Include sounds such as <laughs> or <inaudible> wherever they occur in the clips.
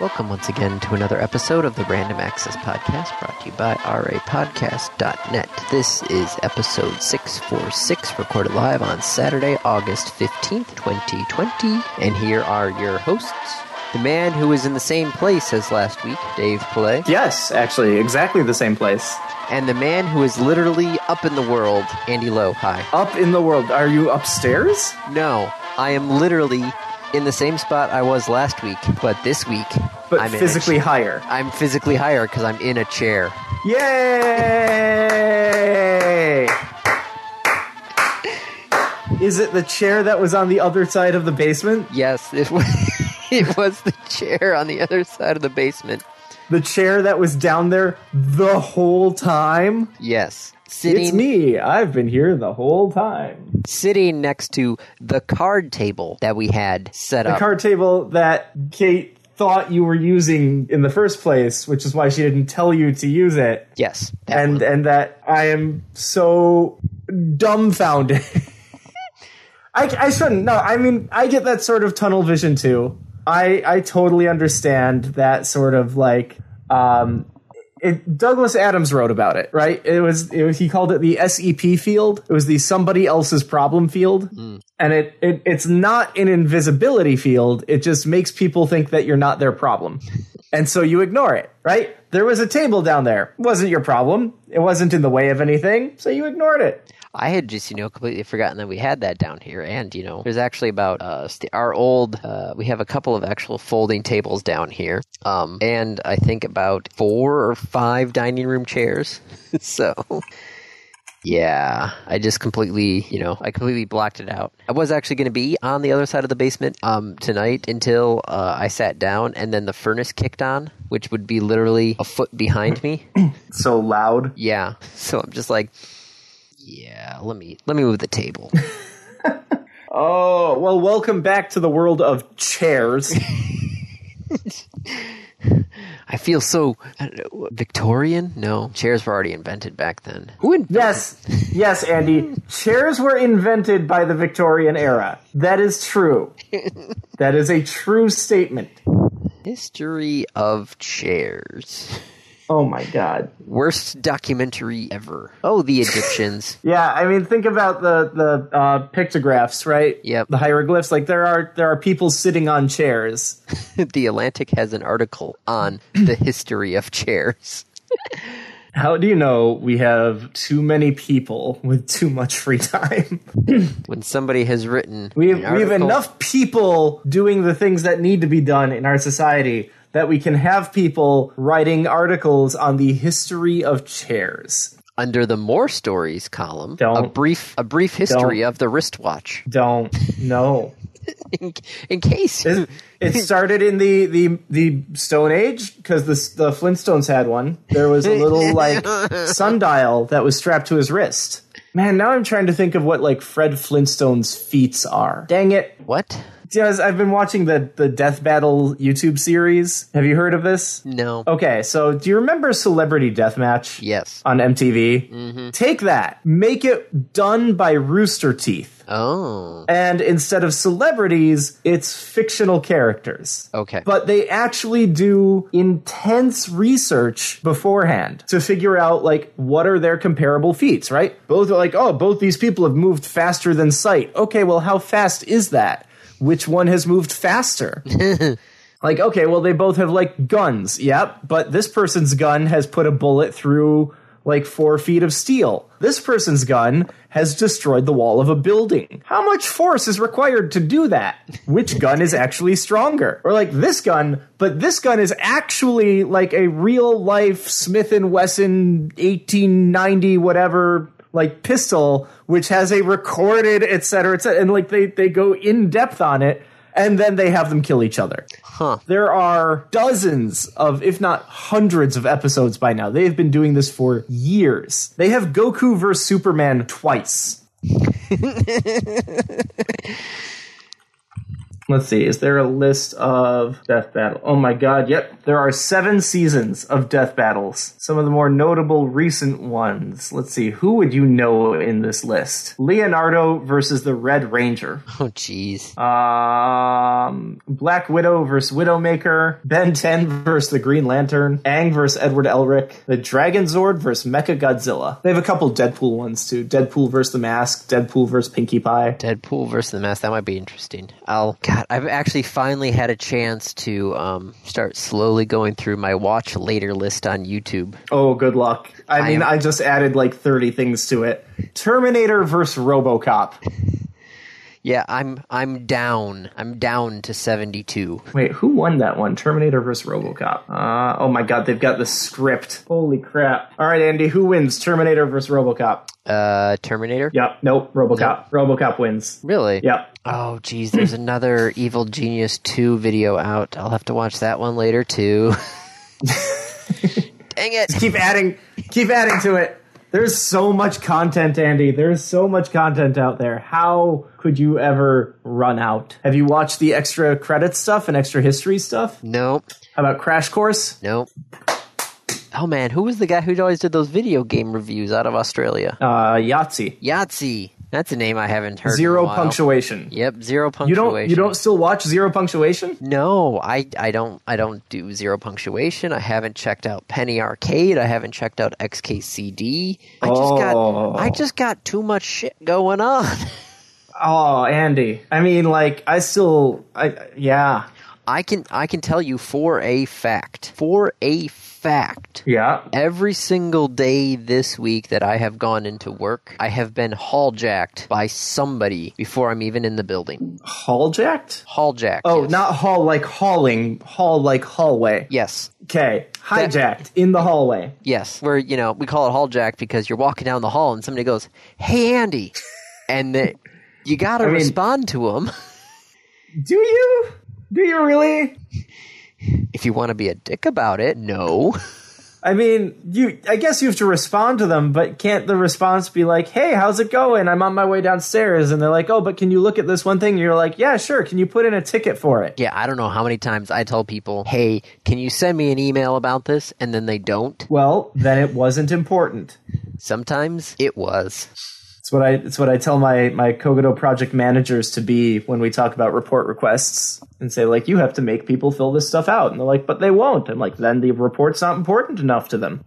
Welcome once again to another episode of the Random Access Podcast brought to you by rapodcast.net. This is episode 646, recorded live on Saturday, August 15th, 2020. And here are your hosts the man who is in the same place as last week, Dave Play, Yes, actually, exactly the same place. and the man who is literally up in the world, Andy Lowe. Hi. Up in the world. Are you upstairs? No, I am literally in the same spot I was last week, but this week But I'm in a physically higher. I'm physically higher because I'm in a chair. Yay! Is it the chair that was on the other side of the basement? Yes, it was, <laughs> it was the chair on the other side of the basement. The chair that was down there the whole time? Yes, It's sitting me. I've been here the whole time. sitting next to the card table that we had set The up. card table that Kate thought you were using in the first place, which is why she didn't tell you to use it. yes, that and one. and that I am so dumbfounded. <laughs> I, I shouldn't. No, I mean I get that sort of tunnel vision too. I I totally understand that sort of like um. It, Douglas Adams wrote about it, right? It was, it was he called it the SEP field. It was the somebody else's problem field, and it, it it's not an invisibility field. It just makes people think that you're not their problem and so you ignore it, right? There was a table down there. Wasn't your problem. It wasn't in the way of anything, so you ignored it. I had just you know completely forgotten that we had that down here. And you know, there's actually about uh, st- our old. Uh, we have a couple of actual folding tables down here, um, and I think about four or five dining room chairs. <laughs> so. Yeah, I just completely, you know, I completely blocked it out. I was actually going to be on the other side of the basement um, tonight until uh, I sat down and then the furnace kicked on, which would be literally a foot behind me. So loud. Yeah. So I'm just like, yeah, let me let me move the <laughs> table. Oh, well, welcome back to the world of <laughs> chairs. I feel so I don't know, Victorian. No, chairs were already invented back then. Who in- yes, yes, Andy. Chairs were invented by the Victorian era. That is true. That is a true statement. history of chairs? Oh my god. Worst documentary ever. Oh, the <laughs> Egyptians. <laughs> Yeah, I mean, think about the the uh, pictographs, right? Yep. The hieroglyphs. Like there are there are people sitting on chairs. the Atlantic has an article on <clears throat> the history of chairs. How do you know we have too many people with too much free time? <laughs> When somebody has written, We an have, we have article- enough people doing the things that need to be done in our society that we can have people writing articles on the history of chairs. under the more stories column. a Don't. brief a brief history Don't. of the wristwatch. <laughs> Don't know. In, in case It started in the the, the Stone Age because the the Flintstones had one. There was a little like sundial that was strapped to his wrist. Man, now I'm trying to think of what like Fred Flintstone's feats are. Dang it. what? Yes, I've been watching the the Death Battle YouTube series. Have you heard of this? No. Okay, so do you remember Celebrity Deathmatch? Yes. On MTV? Take that. Make it done by Rooster Teeth. Oh. And instead of celebrities, it's fictional characters. Okay. But they actually do intense research beforehand to figure out like what are their comparable feats, right? Both are like, oh, both these people have moved faster than sight. Okay, well, how fast is that? Which one has moved faster? like, okay, well, they both have like guns. Yep, but this person's gun has put a bullet through like four feet of steel. This person's gun has destroyed the wall of a building. How much force is required to do that? Which gun is actually stronger? Or like this gun, but this gun is actually like a real life Smith and Wesson 1890 whatever like pistol which has a recorded etc cetera, et cetera, and like they they go in depth on it and then they have them kill each other there are dozens of, if not hundreds of episodes by now. They have been doing this for years. They have Goku versus Superman twice. <laughs> Let's see. Is there a list of Death Battle? Oh my god, yep. There are seven seasons of Death Battles. Some of the more notable recent ones. Let's see. Who would you know in this list? Leonardo versus the Red Ranger. Oh, jeez. Um, Black Widow versus Widowmaker, Ben 10 versus the Green Lantern, Aang versus Edward Elric, the Dragon Zord versus Mecha Godzilla. They have a couple Deadpool ones too. Deadpool versus the Mask, Deadpool versus Pinkie Pie. Deadpool versus the Mask. That might be interesting. I'll. God, I've actually finally had a chance to um, start slowly going through my watch later list on YouTube. Oh, good luck. I, mean, am- I just added like 30 things to it. Terminator versus RoboCop. Yeah, I'm. I'm down. I'm down to seventy-two. Wait, who won that one? Terminator versus RoboCop. Uh, oh my god, they've got the script. Holy crap. All right, Andy, who wins Terminator versus RoboCop? Uh, Terminator. Yep, nope, RoboCop. RoboCop wins. Really? Yep. Oh, geez, there's <clears throat> another Evil Genius 2 video out. I'll have to watch that one later, <laughs> too. Dang it. keep adding keep adding to it there's so much content andy there's so much content out there how could you ever run out have you watched the extra credit stuff and extra history stuff Nope. how about crash course Nope. Oh, man, who was the guy who always did those video game reviews out of Australia? uh yahtzee Yahtzee. That's a name I haven't heard. in a zero while. punctuation Yep, zero you punctuation. don't you don't still watch zero punctuation No, I, I don't I don't do zero punctuation. I haven't checked out Penny Arcade. I haven't checked out XKCD. I just Oh. got I just got too much shit going on. <laughs> oh andy i mean like i still i yeah I can I can tell you for a fact, for a fact, yeah every single day this week that I have gone into work, I have been halljacked by somebody before I'm even in the building. hall jacked Halljacked. oh yes. not hall like hauling hall like hallway Yes. okay hijacked in the hallway Yes. Where you know, we call it halljacked because you're walking down the hall and somebody goes, "Hey Andy." And the, you got to mean- respond to them Do you? Do you really? if you want to be a dick about it. No. I mean, you. I guess you have to respond to them, but can't the response be like, "Hey, how's it going? I'm on my way downstairs," and they're like, "Oh, but can you look at this one thing?" And you're like, "Yeah, sure. Can you put in a ticket for it?" Yeah, I don't know how many times I tell people, "Hey, can you send me an email about this?" and then they don't. Well, then it wasn't important. Sometimes it was. It's what I. It's what I tell my my Kogoro project managers to be when we talk about report requests and say like, "You have to make people fill this stuff out," and they're like, "But they won't." I'm like, "Then the report's not important enough to them."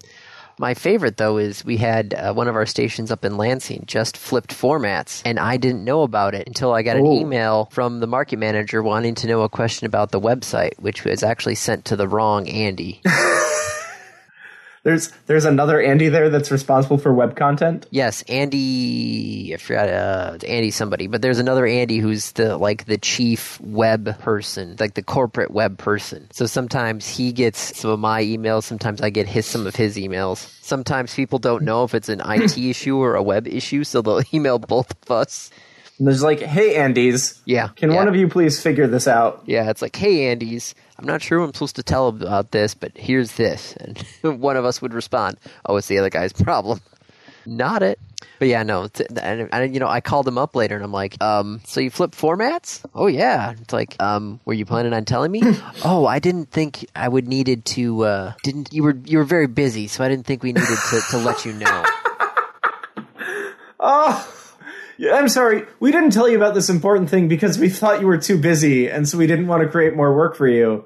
My favorite, though, is we had uh, one of our stations up in Lansing just flipped formats, and I didn't know about it until I got an Oh. email from the market manager wanting to know a question about the website, which was actually sent to the wrong Andy. There's there's another Andy there that's responsible for web content. yes, Andy, I forgot, uh, Andy somebody, but there's another Andy who's the like the chief web person, like the corporate web person. So sometimes he gets some of my emails, sometimes I get his some of his emails. Sometimes people don't know if it's an IT issue or a web issue, so they'll <laughs> email both of us. And there's like, hey, Andes, Yeah. can yeah. one of you please figure this out? Yeah, it's like, hey, Andy's, I'm not sure who I'm supposed to tell about this, but here's this. <laughs> And one of us would respond, oh, it's the other guy's problem. Not it. But yeah, no. it's- And, and, you know, I called him up later and I'm like, um, so you flip formats? Oh, yeah. It's like, um, were you planning on telling me? oh, I didn't think I would needed to, uh, didn't, you were, you were very busy, so I didn't think we needed to, to let you know. Oh, yeah, I'm sorry. We didn't tell you about this important thing because we thought you were too busy, and so we didn't want to create more work for you,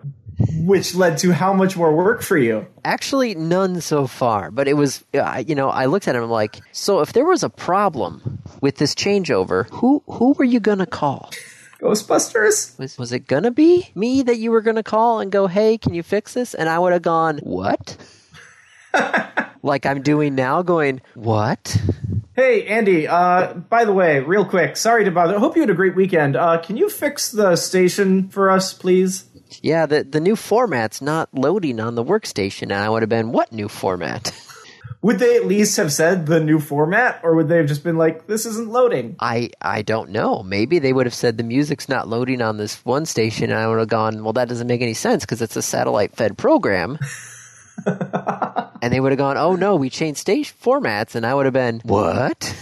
which led to how much more work for you? Actually, none so far. But it was, I- you know, I looked at him. I'm like, so if there was a problem with this changeover, who who were you gonna call? Ghostbusters? Was was it gonna be me that you were gonna call and go, hey, can you fix this? And I would have gone, what? like I'm doing now, going, what? Hey, Andy, uh, by the way, real quick, sorry to bother. Hope you had a great weekend. Uh, can you fix the station for us, please? Yeah, the the new format's not loading on the workstation, and I would have been, what new format? Would they at least have said the new format, or would they have just been like, this isn't loading? I I don't know. Maybe they would have said the music's not loading on this one station, and I would have gone, well, that doesn't make any sense because it's a satellite-fed <laughs> program. and they would have gone, oh no, we changed stage formats, and I would have been, what?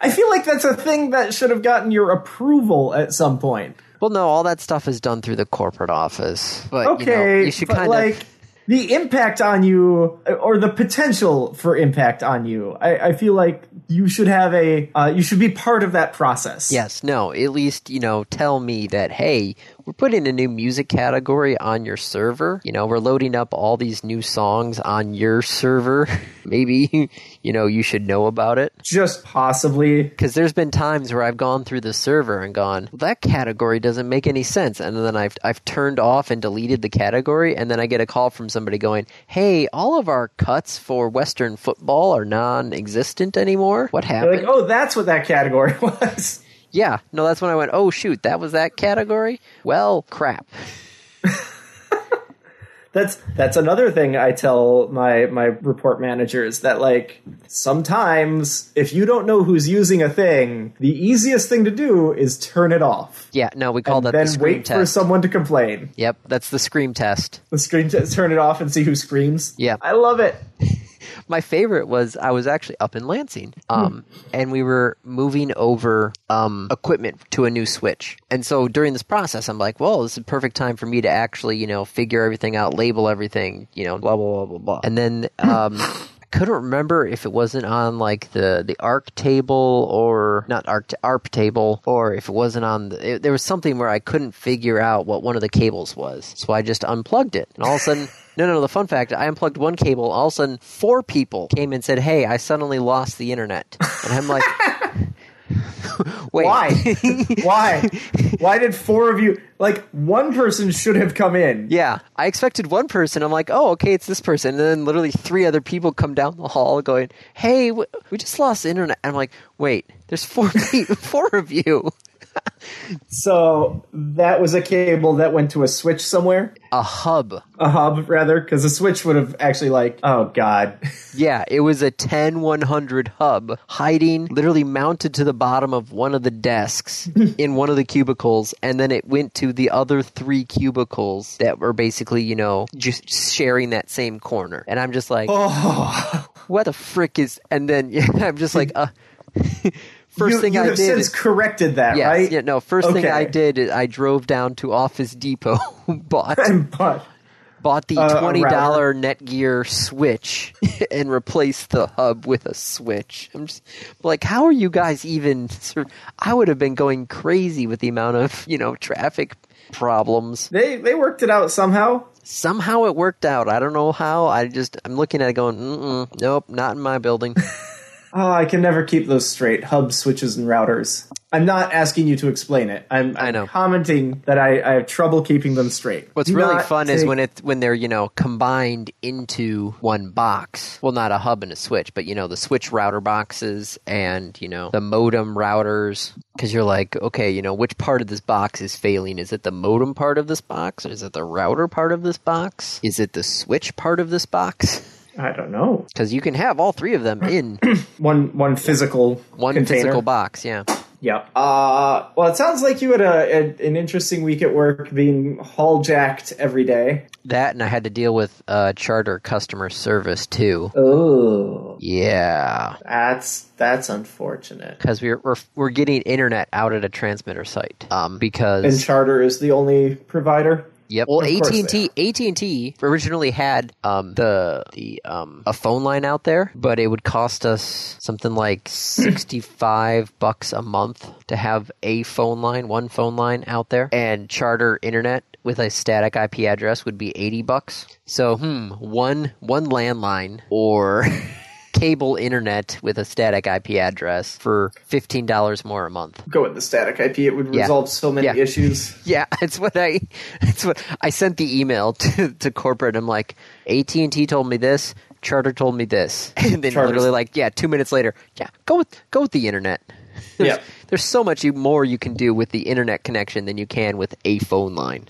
I feel like that's a thing that should have gotten your approval at some point. Well, no, all that stuff is done through the corporate office. But you, know, Okay, you should but kind like of the impact on you or the potential for impact on you. I, I feel like you should have a uh, you should be part of that process. yes, no, at least you know tell me that hey, we're putting a new music category on your server. You know, we're loading up all these new songs on your server. <laughs> Maybe <laughs> you know you should know about it. just possibly. Because there's been times where I've gone through the server and gone, well, that category doesn't make any sense. And then I've, I've turned off and deleted the category. And then I get a call from somebody going, hey, all of our cuts for Western football are non existent anymore. What They're happened? like, oh, that's what that category <laughs> was. Yeah. No, that's when I went, oh, shoot, that was that category? Well, crap. That's that's another thing I tell my my report managers that like sometimes if you don't know who's using a thing, the easiest thing to do is turn it off. Yeah. No, we call that then the scream wait for test. someone to complain. yep. That's the scream test. The screen test, turn it off and see who screams. Yeah. I love it. my favorite was I was actually up in Lansing, Hmm. um, and we were moving over um, equipment to a new Switch. And so during this process, I'm like, "Well, this is a perfect time for me to actually, you know, figure everything out, label everything, you know, blah blah blah blah blah." And <laughs> then um, I couldn't remember if it wasn't on like the the arc table or not arc arp table, or if it wasn't on. The, it, there was something where I couldn't figure out what one of the cables was, so I just unplugged it, and all of a sudden. <laughs> No, no, no. The fun fact I unplugged one cable. All of a sudden, four people came and said, Hey, I suddenly lost the internet. And I'm like, <laughs> Wait. Why? <laughs> Why? Why did four of you like one person should have come in? <laughs> Yeah. I expected one person. I'm like, Oh, okay, it's this person. And then literally three other people come down the hall going, Hey, w- we just lost the internet. And I'm like, Wait, there's four, <laughs> pe- four of you. So that was a cable that went to a switch somewhere, A hub. a hub rather, because the switch would have actually like, oh god. Yeah, it was a 10 100 hub hiding, literally mounted to the bottom of one of the <laughs> desks in one of the cubicles. And then it went to the other three cubicles that were basically, you know, just sharing that same corner. And I'm just like, <laughs> Oh. what the frick is. And then <laughs> yeah, I'm just like, uh. First you, thing you I have did. since corrected that, yes, right? yeah, no, first Okay. thing I <laughs> did is I drove down to Office Depot, <laughs> bought But bought the Uh, a twenty dollar router. Netgear switch <laughs> and replaced the hub with a switch. I'm just like, how are you guys even? sur- I would have been going crazy with the amount of you know traffic problems. they they worked it out somehow. Somehow it worked out. I don't know how. I just I'm looking at it going, Mm-mm, nope, not in my building. Oh, I can never keep those straight. Hub switches and routers. I'm not asking you to explain it. I'm, I'm I know. commenting that I, I have trouble keeping them straight. What's Do really not fun is take- when it when they're you know combined into one box. Well, not a hub and a switch, but you know the switch router boxes and you know the modem routers. Because you're like, okay, you know which part of this box is failing? Is it the modem part of this box, or is it the router part of this box? Is it the switch part of this box? <laughs> I don't know Because you can have all three of <coughs> them in one one physical one container. physical box. Yeah. Yeah. Uh, well, it sounds like you had a, a an interesting week at work, being hall jacked every day. That and I had to deal with uh, charter customer service too. Oh, Yeah. that's that's unfortunate. because we're, we're we're getting internet out at a transmitter site. Um, And because Charter is the only provider. yep, well, Of course AT they and T AT and T originally had um the the um a phone line out there, but it would cost us something like sixty five <coughs> bucks a month to have a phone line, one phone line out there, and Charter internet with a static IP address would be eighty bucks. So hmm, one one landline or. <laughs> cable internet with a static IP address for $15 more a month. go with the static IP. It would Yeah. resolve so many Yeah. issues. Yeah, <laughs> it's what I it's what I sent the email <laughs> to, to corporate. I'm like, AT and T told me this, Charter told me this, <laughs> and then Charter's- literally like, yeah, two minutes later, yeah, go with go with the internet. <laughs> There's, Yeah. there's so much you- more you can do with the internet connection than you can with a phone line.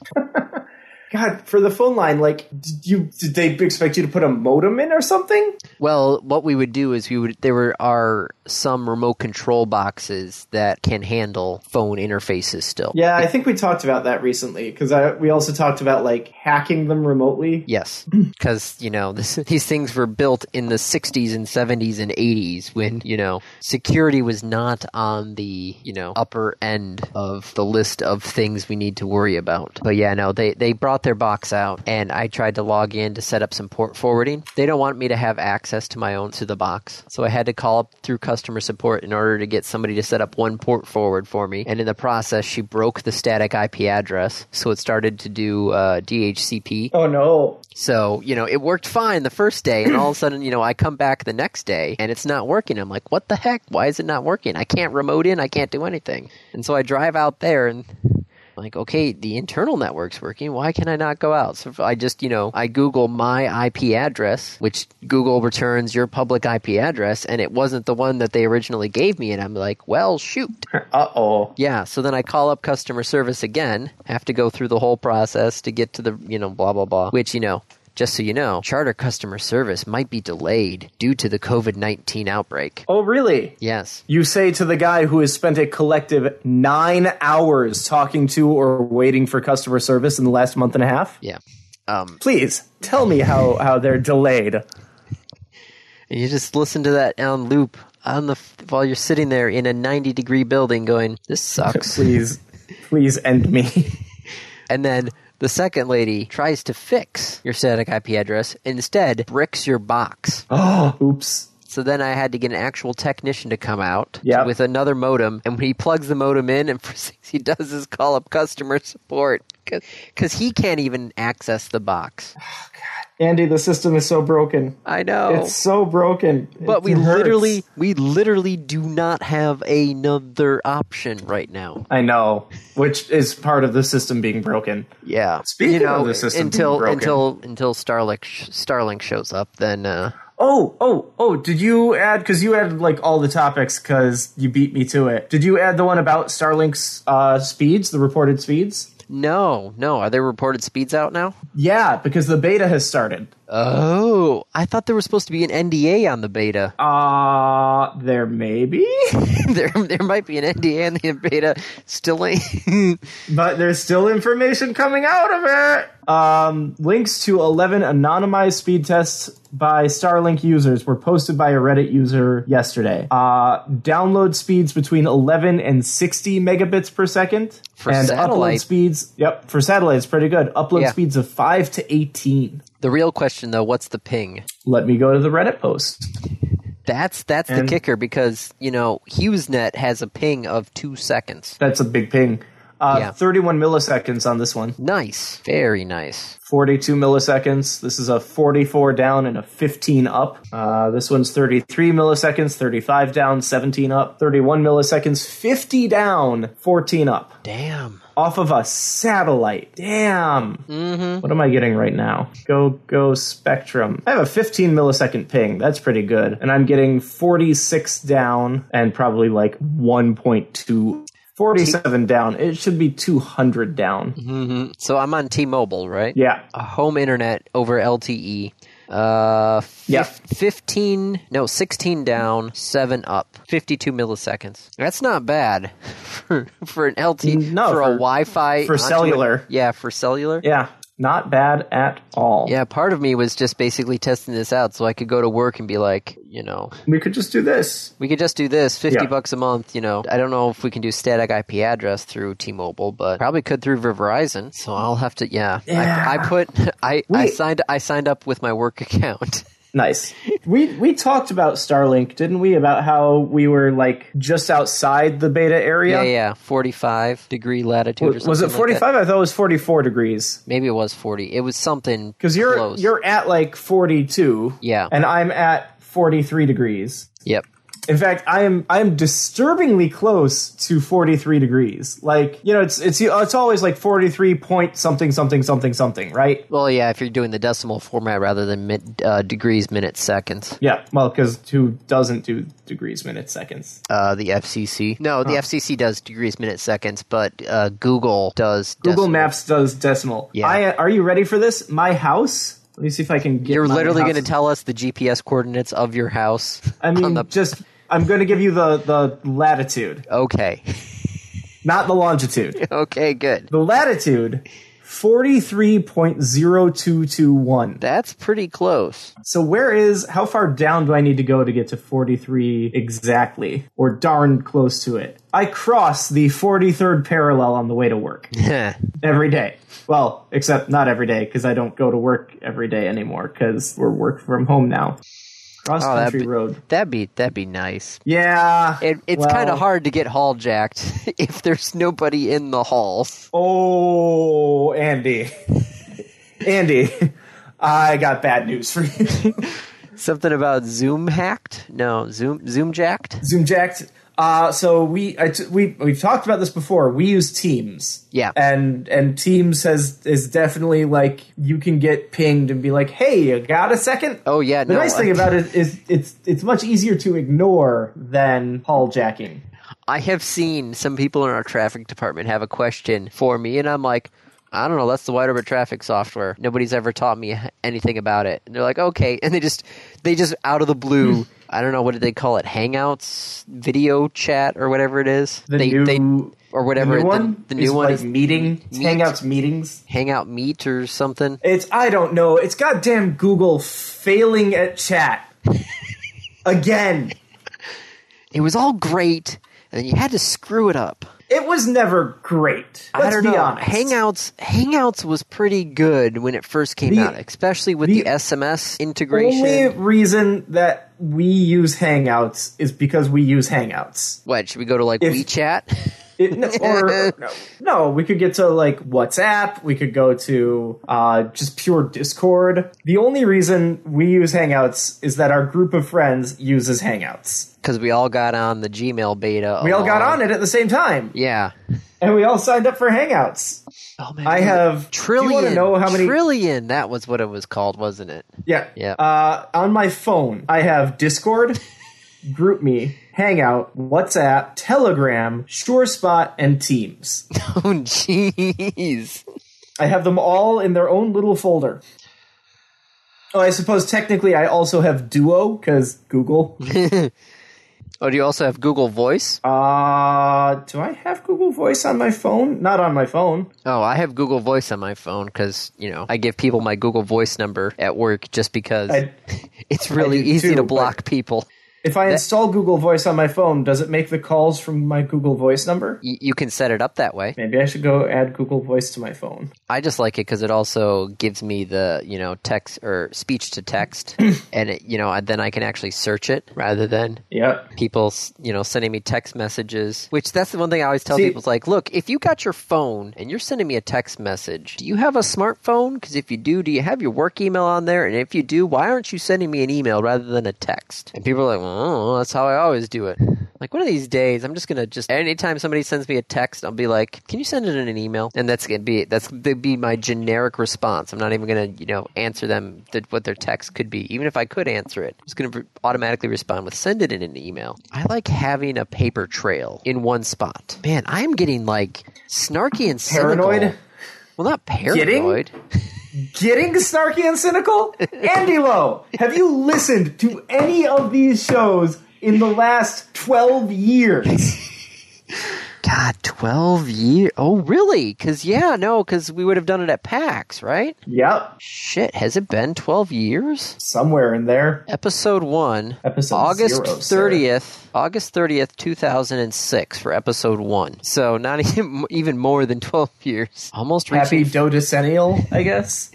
God, for the phone line, like, did you did they expect you to put a modem in or something? Well, what we would do is we would there were, are some remote control boxes that can handle phone interfaces still. Yeah, I think we talked about that recently because we also talked about like hacking them remotely. Yes, <clears throat> because you know this, <laughs> these things were built in the '60s and '70s and '80s when you know security was not on the you know upper end of the list of things we need to worry about. But yeah, no, they they brought their box out, and I tried to log in to set up some port forwarding. They don't want me to have access to my own to the box, so I had to call up through customer support in order to get somebody to set up one port forward for me. And in the process, she broke the static IP address, so it started to do uh, DHCP. Oh no! So, you know, it worked fine the first day, and all of a sudden, you know, I come back the next day and it's not working. I'm like, what the heck? Why is it not working? I can't remote in, I can't do anything. And so I drive out there and I'm like, okay, the internal network's working. Why can I not go out? So if I just, you know, I Google my IP address, which Google returns your public IP address, and it wasn't the one that they originally gave me. And I'm like, well, shoot. Uh oh! Yeah, so then I call up customer service again, have to go through the whole process to get to the, you know, blah, blah, blah, which, you know, just so you know, charter customer service might be delayed due to the COVID 19 outbreak. Oh really? Yes. You say to the guy who has spent a collective nine hours talking to or waiting for customer service in the last month and a half. Yeah. Um, Please tell me how how they're delayed. you just listen to that on loop on the f- while you're sitting there in a 90 degree building going, this <laughs> sucks. Please, please end me. and then the second lady tries to fix your static IP address, instead, bricks your box. <laughs> Oh, oops. So then I had to get an actual technician to come out Yep. with another modem, and when he plugs the modem in, and <laughs> first things he does is call up customer support because he can't even access the box. Andy, the system is so broken. I know, It's so broken. but It we hurts. literally, we literally do not have another option right now. I know, which is part of the system being broken. Yeah, Speaking you know, of the system being until broken. until until Starlink sh- Starlink shows up, then uh, Oh, oh, oh, did you add cuz you added like all the topics cuz you beat me to it. Did you add the one about Starlink's uh speeds, the reported speeds? no, no, are there reported speeds out now? Yeah, because the beta has started. Oh, I thought there was supposed to be an NDA on the beta. Uh there may be, <laughs> <laughs> there there might be an NDA and the beta still ain't. <laughs> but there's still information coming out of it. Um links to 11 anonymized speed tests by Starlink users were posted by a Reddit user yesterday. Uh download speeds between 11 and 60 megabits per second. For and satellite. upload speeds, yep, for satellite, it's pretty good. Upload Yeah. speeds of 5 to 18. the real question though, what's the ping? Let me go to the Reddit post. That's that's And- the kicker because you know HughesNet has a ping of two seconds. That's a big ping. Uh, Yeah. 31 milliseconds on this one. Nice, very nice. 42 milliseconds. This is a 44 down and a 15 up. Uh, this one's 33 milliseconds, 35 down, 17 up, 31 milliseconds, 50 down, 14 up. Damn. Off of a satellite. Damn. Mm-hmm. What am I getting right now? Go, go, Spectrum. I have a 15 millisecond ping. That's pretty good. And I'm getting 46 down and probably like 1.2. 47 down. It should be 200 down. So I'm on T-Mobile, right? Yeah. Uh, Home internet over LTE. Uh, fif- Yeah. 15, no, 16 down, 7 up, 52 milliseconds. That's not bad <laughs> for, for an LTE, No, for, a for- Wi-Fi. for onto it. cellular. Yeah, for cellular. Yeah, not bad at all. Yeah, part of me was just basically testing this out so I could go to work and be like, you know, We could just do this. we could just do this, 50 Yeah. bucks a month, you know. I don't know if we can do static IP address through T-Mobile, but probably could through Verizon. So I'll have to yeah. Yeah. I, I put I, I Wait. signed I signed up with my work <laughs> account. Nice. <laughs> we we talked about Starlink, didn't we? About how we were like just outside the beta area. Yeah, yeah, 45 degree latitude or Was, something. was it like 45? that. I thought it was 44 degrees. Maybe it was 40. It was something Because you're close. you're at like 42. Yeah. And I'm at 43 degrees. Yep. In fact, I am I am disturbingly close to 43 degrees. Like, you know, it's it's it's always like 43 point something something something something, right? Well, yeah, if you're doing the decimal format rather than mid, uh, degrees, minutes, seconds, Yeah, well, because who doesn't do degrees, minutes, seconds? uh, the FCC. No, the FCC does degrees, minutes, seconds, but uh, Google does Google decimal. Maps does decimal. Yeah. I, are you ready for this? My house. Let me see if I can get. You're my literally house. going to tell us the GPS coordinates of your <laughs> house. I on mean, the- just I'm going to give you the the latitude, okay, <laughs> not the longitude. okay, good. the latitude. 43.0221. That's pretty close. <laughs> So where is how far down do I need to go to get to 43 exactly or darn close to it? I cross the 43rd parallel on the way to work. every day. Well, except not every day because I don't go to work every day anymore because we're work from home now. Cross Oh, that'd country be- road. that'd be that'd be nice. Yeah. It, it's well, kind of hard to get hall jacked <laughs> if there's nobody in the hall. Oh, Andy. <laughs> Andy, <laughs> I got bad news for you. <laughs> Something about Zoom hacked? No, Zoom Zoom jacked. Zoom jacked. Uh, so we I t- we we've talked about this before. We use Teams. Yeah. And and Teams has is definitely like you can get pinged and be like, "Hey, you got a second? Oh yeah, The no. nice thing about it is it's it's much easier to ignore than hall jacking. I have seen some people in our traffic department have a question for me, and I'm like, I don't know. That's the White Orbit traffic software. Nobody's ever taught me anything about it. And they're like, okay, <laughs> and they just they just out of the <laughs> blue. I don't know what did they call it, Hangouts, video chat, or whatever it is. The they, new they or whatever the new the- one, the, new one like is meeting Meet. Hangouts meetings. Hangout Meet or something. It's I don't know. It's goddamn Google failing <laughs> at chat again. It was all great, and you had to screw it up. It was never great. Let's I don't be know. honest. Hangouts Hangouts was pretty good when it first came The- out, especially with the the, SMS integration. Only reason that we use Hangouts is because we use Hangouts. What should we go to like If- WeChat? <laughs> It, no, or no, no, we could get to like WhatsApp. We could go to uh, just pure Discord. The only reason we use Hangouts is that our group of friends uses Hangouts. Because we all got on the Gmail beta. We all got on it at the same time, Yeah. and we all signed up for Hangouts. Oh man, I have Do you trillion. want to know how many? trillion? That was what it was called, wasn't it? <laughs> yeah, Yeah. Uh, on my phone, I have Discord, GroupMe, Hangout, WhatsApp, Telegram, SureSpot, and Teams. Oh jeez. I have them all in their own little folder. Oh, I suppose technically I also have Duo because Google. Oh, do you also have Google Voice? Uh, do I have Google Voice on my phone? Not on my phone. Oh, I have Google Voice on my phone because you know I give people my Google Voice number at work just because I, <laughs> it's really do easy too, to but- block people. if I install Google Voice on my phone, does it make the calls from my Google Voice number? Y- you can set it up that way. Maybe I should go add Google Voice to my phone. I just like it because it also gives me the you know text or speech to text, and it, you know I- then I can actually search it rather than Yep. people s- you know sending me text messages. Which that's the one thing I always tell See- people: is like, look, if you got your phone and you're sending me a text message, do you have a smartphone? Because if you do, do you have your work email on there? And if you do, why aren't you sending me an email rather than a text? And people are like, well, that's how I always do it. Like one of these days, I'm just gonna just anytime somebody sends me a text, I'll be like, "Can you send it in an email?" And that's gonna be that's gonna be my generic response. I'm not even gonna you know answer them that what their text could be, even if I could answer it. I'm just gonna re- automatically respond with "Send it in an email." I like having a paper trail in one spot. Man, I'm getting like snarky and cynical. Paranoid? Well, not paranoid. Getting snarky and cynical? Andy Lowe, have you listened to any of these shows in the last 12 years? God, twelve years. Oh, really? Because yeah, no, because we would have done it at PAX, right? Yep, Shit, has it been twelve years? somewhere in there. episode one Episode august zero, sir. 30th august 30th 2006 for episode one so not <laughs> even, even more than 12 years almost Happy reaching dodecennial, I guess.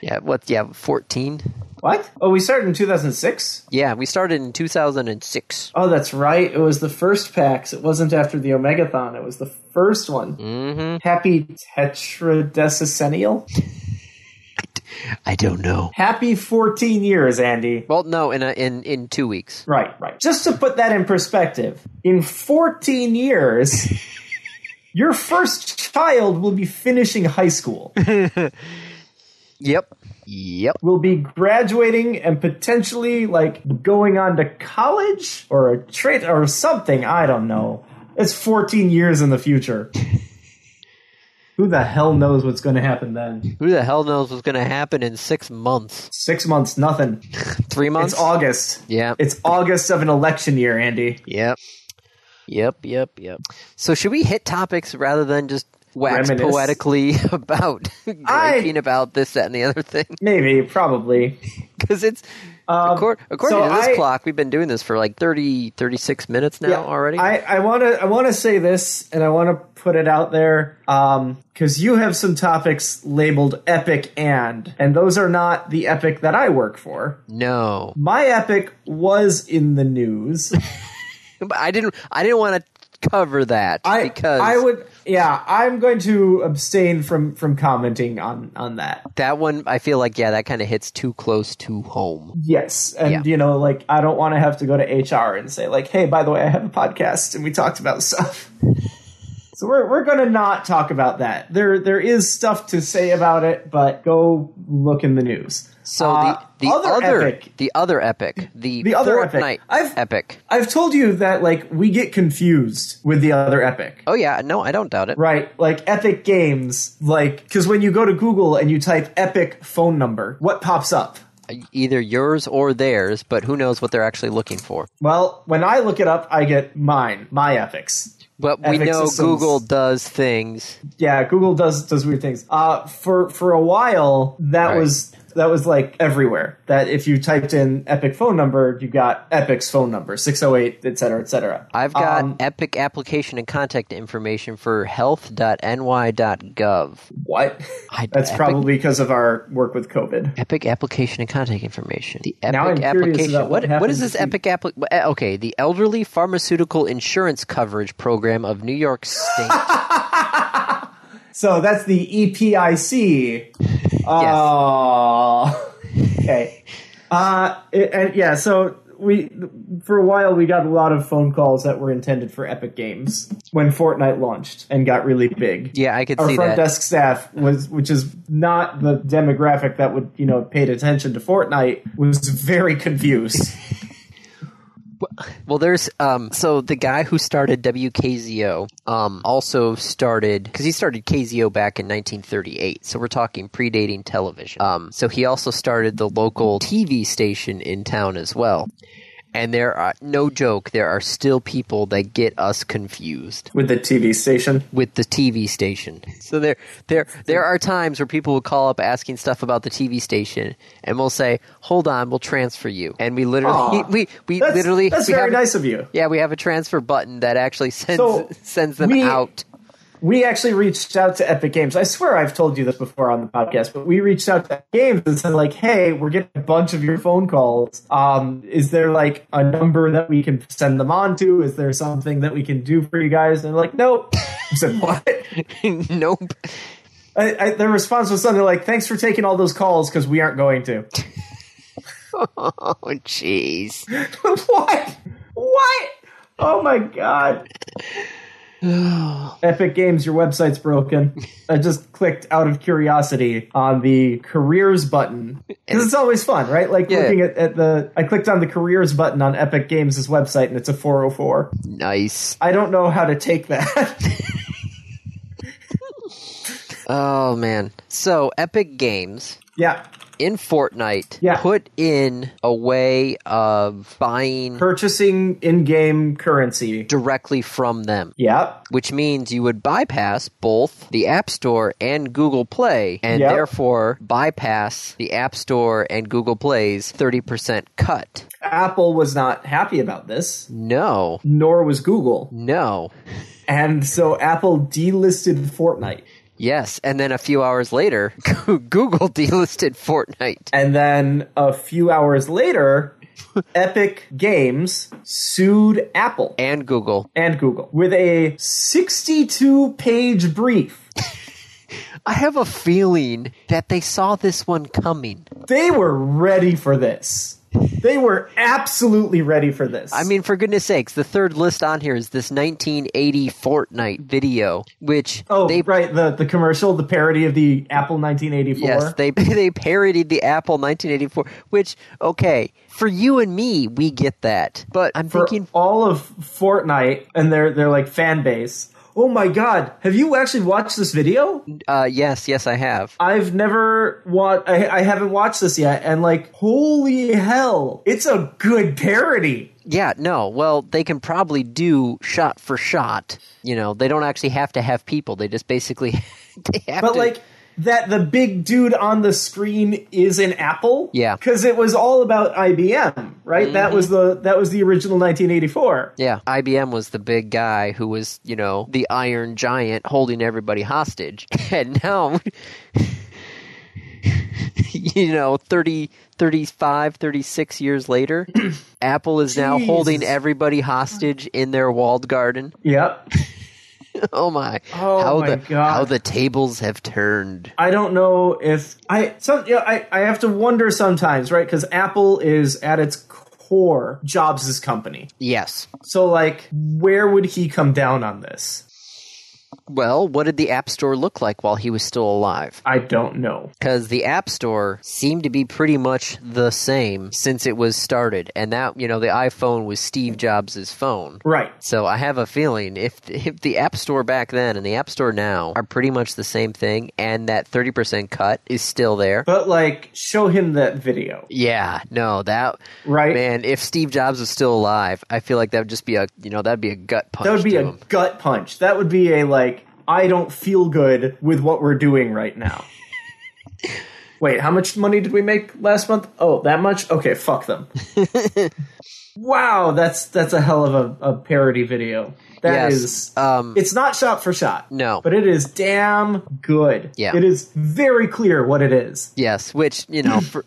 yeah what yeah 14 What? Oh, we started in 2006? yeah we started in 2006 Oh, that's right. It was the first PAX. It wasn't after the Omegathon. It was the first one. Mm-hmm. Happy tetradecicennial? I don't know. Happy 14 years, Andy. Well, no, in a, in in two weeks. Right, right. Just to put that in perspective, in 14 years, <laughs> your first child will be finishing high school, Yep. Yep. will be graduating and potentially like going on to college or a trade or something. I don't know. It's 14 years in the future. <laughs> Who the hell knows what's going to happen then? Who the hell knows what's going to happen in six months? Six months, nothing. Three months? It's August. yeah. It's August of an election year, Andy. Yep. Yep, yep, yep. So should we hit topics rather than just wax Reminisce. poetically <laughs> about I- griping about this, that, and the other thing? <laughs> Maybe, probably. Because it's Um, accor- according so to this I- clock, we've been doing this for like 30, 36 minutes now already. I, I want to I want to say this, and I want to put it out there because you have some topics labeled epic and, and those are not the epic that I work for. no, My epic was in the <laughs> news. but I didn't. I didn't want to cover that I because I would yeah I'm going to abstain from from commenting on on that. that one. I feel like yeah, that kind of hits too close to home. Yes, and Yeah. you know like I don't want to have to go to HR and say like hey by the way I have a podcast and we talked about stuff. <laughs> So we're, we're going to not talk about that. There there is stuff to say about it, but go look in the news. So Uh, the the other, epic, the other epic the The other epic. Fortnite I've- epic. I've told you that like we get confused with the other epic. Oh yeah, no, I don't doubt it. Right, like Epic Games, like cuz when you go to Google and you type epic phone number, what pops up? Either yours or theirs, but who knows what they're actually looking for. Well, when I look it up, I get mine, my epics. But we Epic know systems. Google does things. yeah google does does weird things uh for for a while that Right. was that was like everywhere that if you typed in epic phone number you got epic's phone number 608 et cetera, et cetera. I've got Um, Epic application and contact information for health.ny.gov. what <laughs> I- that's Epic- probably because of our work with covid Epic application and contact information. The Now Epic I'm curious application. about what What, what is happens this if you- Epic application? Okay, the Elderly Pharmaceutical Insurance Coverage Program of New York State. <laughs> so that's the <laughs> E epic oh okay uh it- and yeah so we for a while we got a lot of phone calls that were intended for epic games when fortnite launched and got really big yeah, I could our see front that. desk staff was, which is not the demographic that would you know paid attention to Fortnite, was very <laughs> confused. Well, there's um. So the guy who started WKZO um also started because he started KZO back in 1938. So we're talking predating television. Um. So he also started the local TV station in town as well. And there are no joke. There are still people that get us confused. With the TV station, with the TV station. <laughs> So there, there, there are times where people will call up asking stuff about the TV station, and we'll say, "Hold on, we'll transfer you." And we literally, <laughs> Aw. we, we that's, literally, that's we very have- nice of you. Yeah, we have a transfer button that actually <laughs> sends So, sends them we- out. We actually reached out to Epic Games. I swear I've told you this before on the podcast, but we reached out to Epic Games and said like, "Hey, we're getting a bunch of your phone calls. Um, is there like a number that we can send them on to? Is there something that we can do for you guys?" And they're like, "Nope." <laughs> I said, <laughs> "What?" <laughs> nope. I, I, their response was something like, "Thanks for taking all those calls because we aren't going to." Oh, jeez. <laughs> what? What? Oh my god! Epic Games, your website's broken. I just clicked out of curiosity on the careers button because it's always fun, right? Like Yeah. looking at, at the. I clicked on the careers button on Epic Games' website, and it's a four hundred four. Nice. I don't know how to take that. <laughs> Oh man. So Epic Games yeah, in Fortnite Yeah. put in a way of buying purchasing in-game currency. directly from them. Yep. which means you would bypass both the App Store and Google Play, and Yep. therefore bypass the App Store and Google Play's 30% cut. Apple was not happy about this, No, nor was Google, no. and so Apple delisted Fortnite. Yes, and then a few hours later, <laughs> Google delisted Fortnite. And then a few hours later, Epic Games sued Apple And Google. and Google with a 62 page brief. I have a feeling that they saw this one coming. They were ready for this. They were absolutely ready for this. I mean, for goodness sakes, the third list on here is this 1980 Fortnite video, which oh, they right, the, the commercial, the parody of the Apple 1984. Yes, they <laughs> they parodied the Apple 1984, which okay for you and me, we get that. But I'm for thinking, all of Fortnite and their their like fan base. Oh my god, have you actually watched this video? uh, yes, yes, I have. I've never wa- I, I haven't watched this yet, and like, holy hell, it's a good parody. Yeah, no. Well, they can probably do shot for shot. You know, they don't actually have to have people. They just basically <laughs> they have But to. like that the big dude on the screen is an apple. Yeah. Because it was all about IBM, right? That was the that was the original nineteen eighty four. yeah, IBM was the big guy who was, you know, the iron giant holding everybody hostage. <laughs> And now, you know, 30, 35, 36 years <clears throat> later, Apple is now holding Jesus. everybody hostage in their walled garden. <laughs> Yep. Oh my! Oh how my the God. how the tables have turned. I don't know if I some you know, I I have to wonder sometimes, right? Because Apple is at its core Jobs' company. Yes. So like, where would he come down on this? Well, what did the App Store look like while he was still alive? I don't know. Because the App Store seemed to be pretty much the same since it was started, and that you know the iPhone was Steve Jobs' phone. Right. So I have a feeling if if the App Store back then and the App Store now are pretty much the same thing, and that thirty percent cut is still there. But like, show him that video, Yeah, no, that right? man. If Steve Jobs was still alive, I feel like that would just be a you know that'd be a gut punch. that would be to a him. gut punch. That would be a like, I don't feel good with what we're doing <laughs> right now. Wait, how much money did we make last month? Oh, that much? Okay, <laughs> fuck them. wow, that's that's a hell of a, a parody video. That Yes, is, um, it's not shot for shot. No. but it is damn good. Yeah. it is very clear what it is. Yes, which you know, for,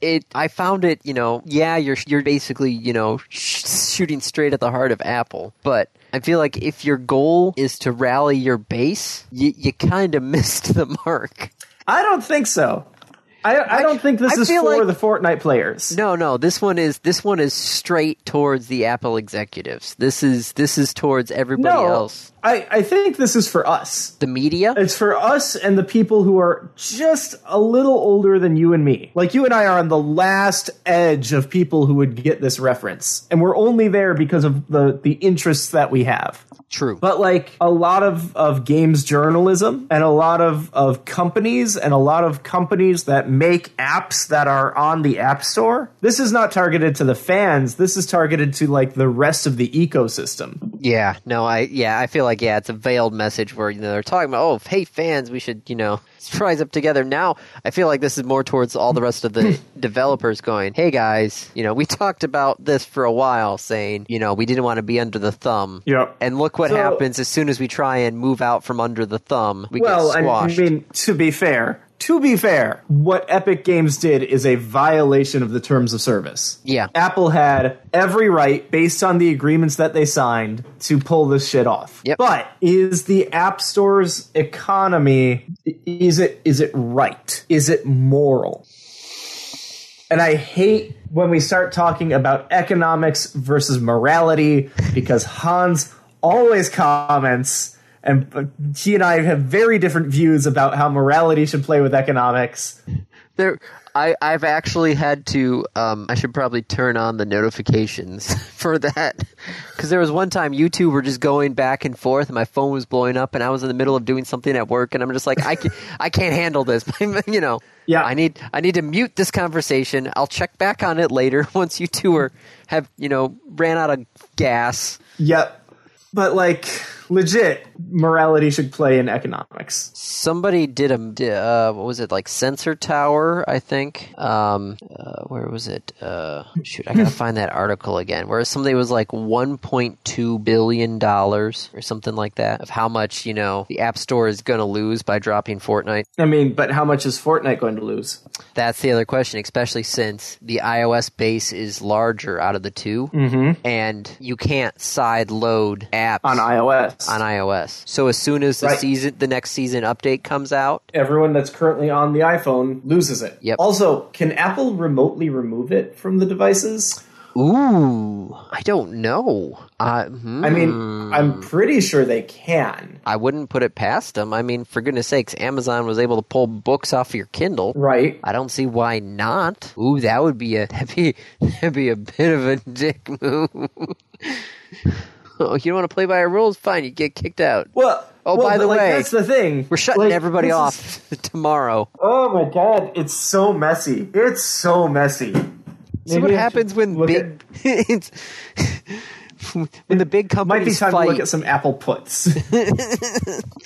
it. I found it. You know, yeah, you're you're basically you know sh- shooting straight at the heart of Apple, but I feel like if your goal is to rally your base, you you kind of <laughs> missed the mark. I don't think so. I, I don't think this I is feel for like- the Fortnite players. No, no, this one is this one is straight towards the Apple executives. This is this is towards everybody else. I, I think this is for us. The media. It's for us and the people who are just a little older than you and me. Like you and I are on the last edge of people who would get this reference. And we're only there because of the the interests that we have. True. But like a lot of, of games journalism and a lot of, of companies and a lot of companies that make apps that are on the app store, this is not targeted to the fans. This is targeted to like the rest of the ecosystem. Yeah, no, I yeah, I feel like yeah, it's a veiled message where you know they're talking about oh, hey fans, we should you know <laughs> surprise up together. Now I feel like this is more towards all the rest of <laughs> the developers going, hey guys, you know we talked about this for a while, saying you know we didn't want to be under the thumb. Yep. And look what So- happens as soon as we try and move out from under the thumb, we Well, get I squashed. mean, to be fair, to be fair, what Epic Games did is a violation of the terms of service. Yeah. Apple had every right, based on the agreements that they signed, to pull this shit off. Yep. But is the App Store's economy i- is it is it right? Is it moral? And I hate when we start talking about economics versus morality because Hans always comments, and uh, he and I have very different views about how morality should play with economics. There, I, I've actually had to. Um, I should probably turn on the notifications <laughs> for that because there was one time you two were just going back and forth, and my phone was blowing up, and I was in the middle of doing something at work, and I'm just like, I can, I can't handle this. <laughs> you know, Yeah. I need, I need to mute this conversation. I'll check back on it later <laughs> once you two are have, you know, ran out of gas. Yep. But, like, legit, morality should play in economics. somebody did a di- uh, what was it like sensor tower i think um, uh, where was it uh, shoot i <laughs> gotta find that article again where somebody was like 1.2 billion dollars or something like that of how much you know the app store is gonna lose by dropping fortnite I mean, but how much is Fortnite going to lose? that's the other question especially since the ios base is larger out of the 2 and you can't side load apps Mm-hmm. on iOS. iOS. on iOS. So as soon as the Right. season, the next season update comes out, Everyone that's currently on the iPhone loses it. Yep. Also, can Apple remotely remove it from the devices? ooh, I don't know. I, hmm. I mean, I'm pretty sure they can. I wouldn't put it past them. I mean, for goodness sakes, Amazon was able to pull books off your Kindle. Right. I don't see why not. Ooh, that would be a <laughs> that'd be that'd be a bit of a dick move. <laughs> oh, you don't want to play by our rules? Fine, you get kicked out. Well, Oh, well, by but, the like, way, that's the thing. We're shutting Like, everybody this is- off <laughs> tomorrow. Oh my god, it's so messy. It's so messy. See what happens when big <laughs> it's, when the big might be companies time fight. to look at some Apple puts. <laughs>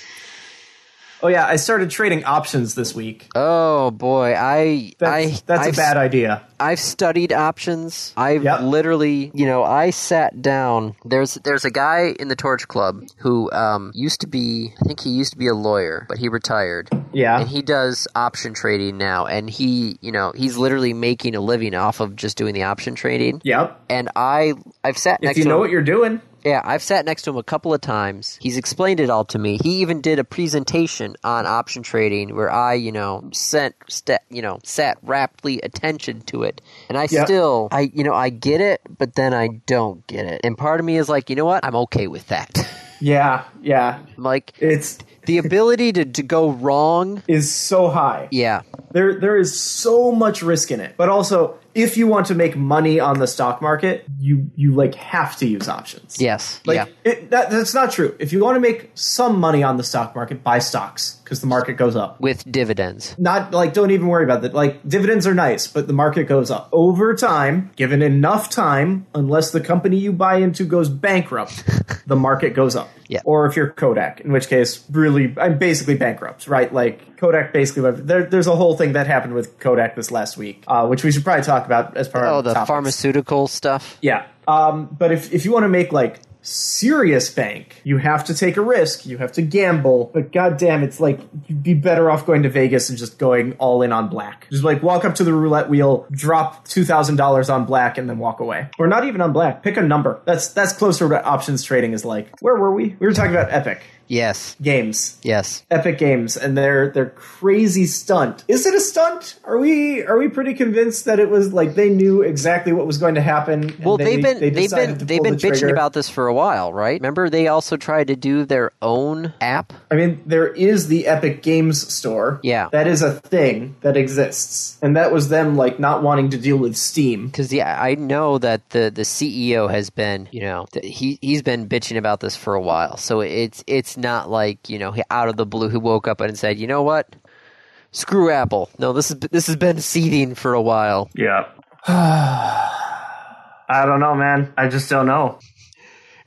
oh yeah, I started trading options this week. oh boy, I That's, I that's I've, a bad idea. I've studied options. I've Yep. literally, you know, I sat down. There's there's a guy in the Torch Club who um, used to be, I think he used to be a lawyer, but he retired. Yeah. And he does option trading now, and he, you know, he's literally making a living off of just doing the option trading. Yep. And I, I've sat If next you to know him. what you're doing. Yeah, I've sat next to him a couple of times. He's explained it all to me. He even did a presentation on option trading where I, you know, sent sta you know, sat raptly attention to it. And I Yeah. still I you know, I get it, but then I don't get it. And part of me is like, you know what? I'm okay with that. <laughs> Yeah, yeah. I'm like It's <laughs> the ability to, to go wrong, is so high. yeah. There there is so much risk in it. But also, if you want to make money on the stock market, you you like have to use options. Yes. Like, yeah. it, that, that's not true. If you want to make some money on the stock market, buy stocks because the market goes up. With dividends. Not like don't even worry about that. Like dividends are nice, but the market goes up over time. Given enough time, unless the company you buy into goes <laughs> bankrupt, the market goes up. Yeah. Or if you're Kodak, in which case, really, I'm basically bankrupt, right? Like Kodak basically. went- There, there's a whole thing that happened with Kodak this last week, uh, which we should probably talk about as part Oh, of the topics. pharmaceutical stuff. Yeah. Um, but if, if you want to make like serious bank, you have to take a risk. You have to gamble. But goddamn, it's like you'd be better off going to Vegas and just going all in on black. Just like walk up to the roulette wheel, drop two thousand dollars on black, and then walk away. Or not even on black. Pick a number. That's that's closer to what options trading is like. Where were we? We were talking about Epic Yes. Games. Yes. Epic Games and their their crazy stunt. Is it a stunt? Are we are we pretty convinced that it was like they knew exactly what was going to happen? and Well, they, have been they have decided been to they've pull been the bitching trigger? about this for a while, right? Remember, they also tried to do their own app. I mean, there is the Epic Games store. Yeah. that is a thing that exists, and that was them like not wanting to deal with Steam. Because yeah, I know that the, the CEO has been, you know, th- he he's been bitching about this for a while. So it's it's not like you know he- out of the blue he woke up and said, you know what, screw Apple. No, this is this has been seething for a while. <sighs> Yeah. I don't know, man. I just don't know.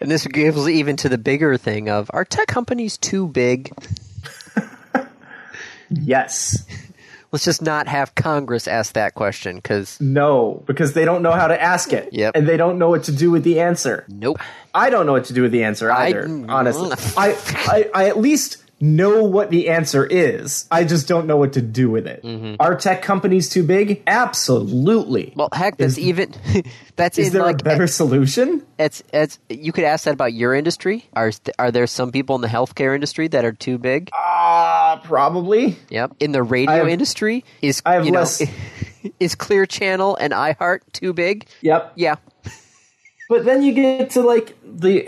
And this gives even to the bigger thing of are tech companies too big? Yes. Let's just not have Congress ask that question because No, because they don't know how to ask it. Yep. And they don't know what to do with the answer. nope. I don't know what to do with the answer either. mm, honestly, mm. I, I I at least know what the answer is. I just don't know what to do with it. Are tech companies too big? Absolutely. Well, heck, that's even <laughs> that's is in there like a better solution? It's it's you could ask that about your industry. Are are there some people in the healthcare industry that are too big? Ah, probably. Yep. In the radio have- industry is I have you know, less- <laughs> is Clear Channel and iHeart too big? Yep. Yeah. But then you get to like the.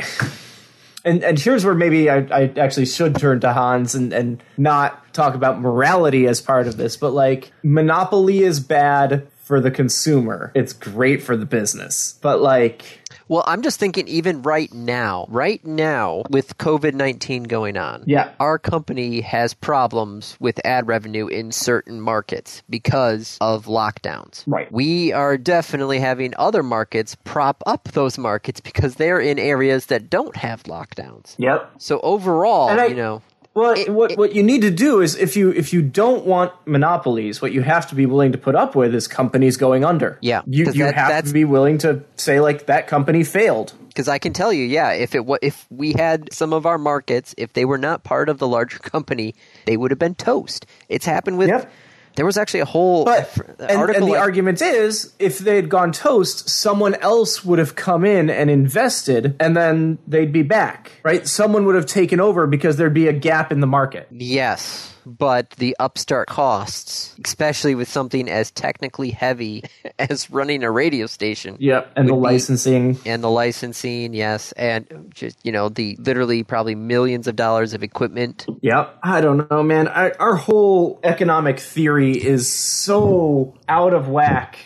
And, and here's where maybe I, I actually should turn to Hans and, and not talk about morality as part of this, but like monopoly is bad for the consumer. It's great for the business. But like Well, I'm just thinking even right now, right now with COVID-19 going on. Yeah. Our company has problems with ad revenue in certain markets because of lockdowns. Right. We are definitely having other markets prop up those markets because they're in areas that don't have lockdowns. Yep. So overall, And I- you know, Well, what what you need to do is if you if you don't want monopolies, what you have to be willing to put up with is companies going under. Yeah, you 'cause you that- have that's- to be willing to say like that company failed. because I can tell you, yeah, if it wa- if we had some of our markets, if they were not part of the larger company, they would have been toast. It's happened with Yep. There was actually a whole But fr- and, and the I- argument is, if they had gone toast, someone else would have come in and invested, and then they'd be back, right? Someone would have taken over because there'd be a gap in the market. Yes, but the upstart costs, especially with something as technically heavy <laughs> as running a radio station. and the would be- licensing. And the licensing, yes, and just you know the literally probably millions of dollars of equipment. Yep. I don't know, man. I, our whole economic theory is so out of whack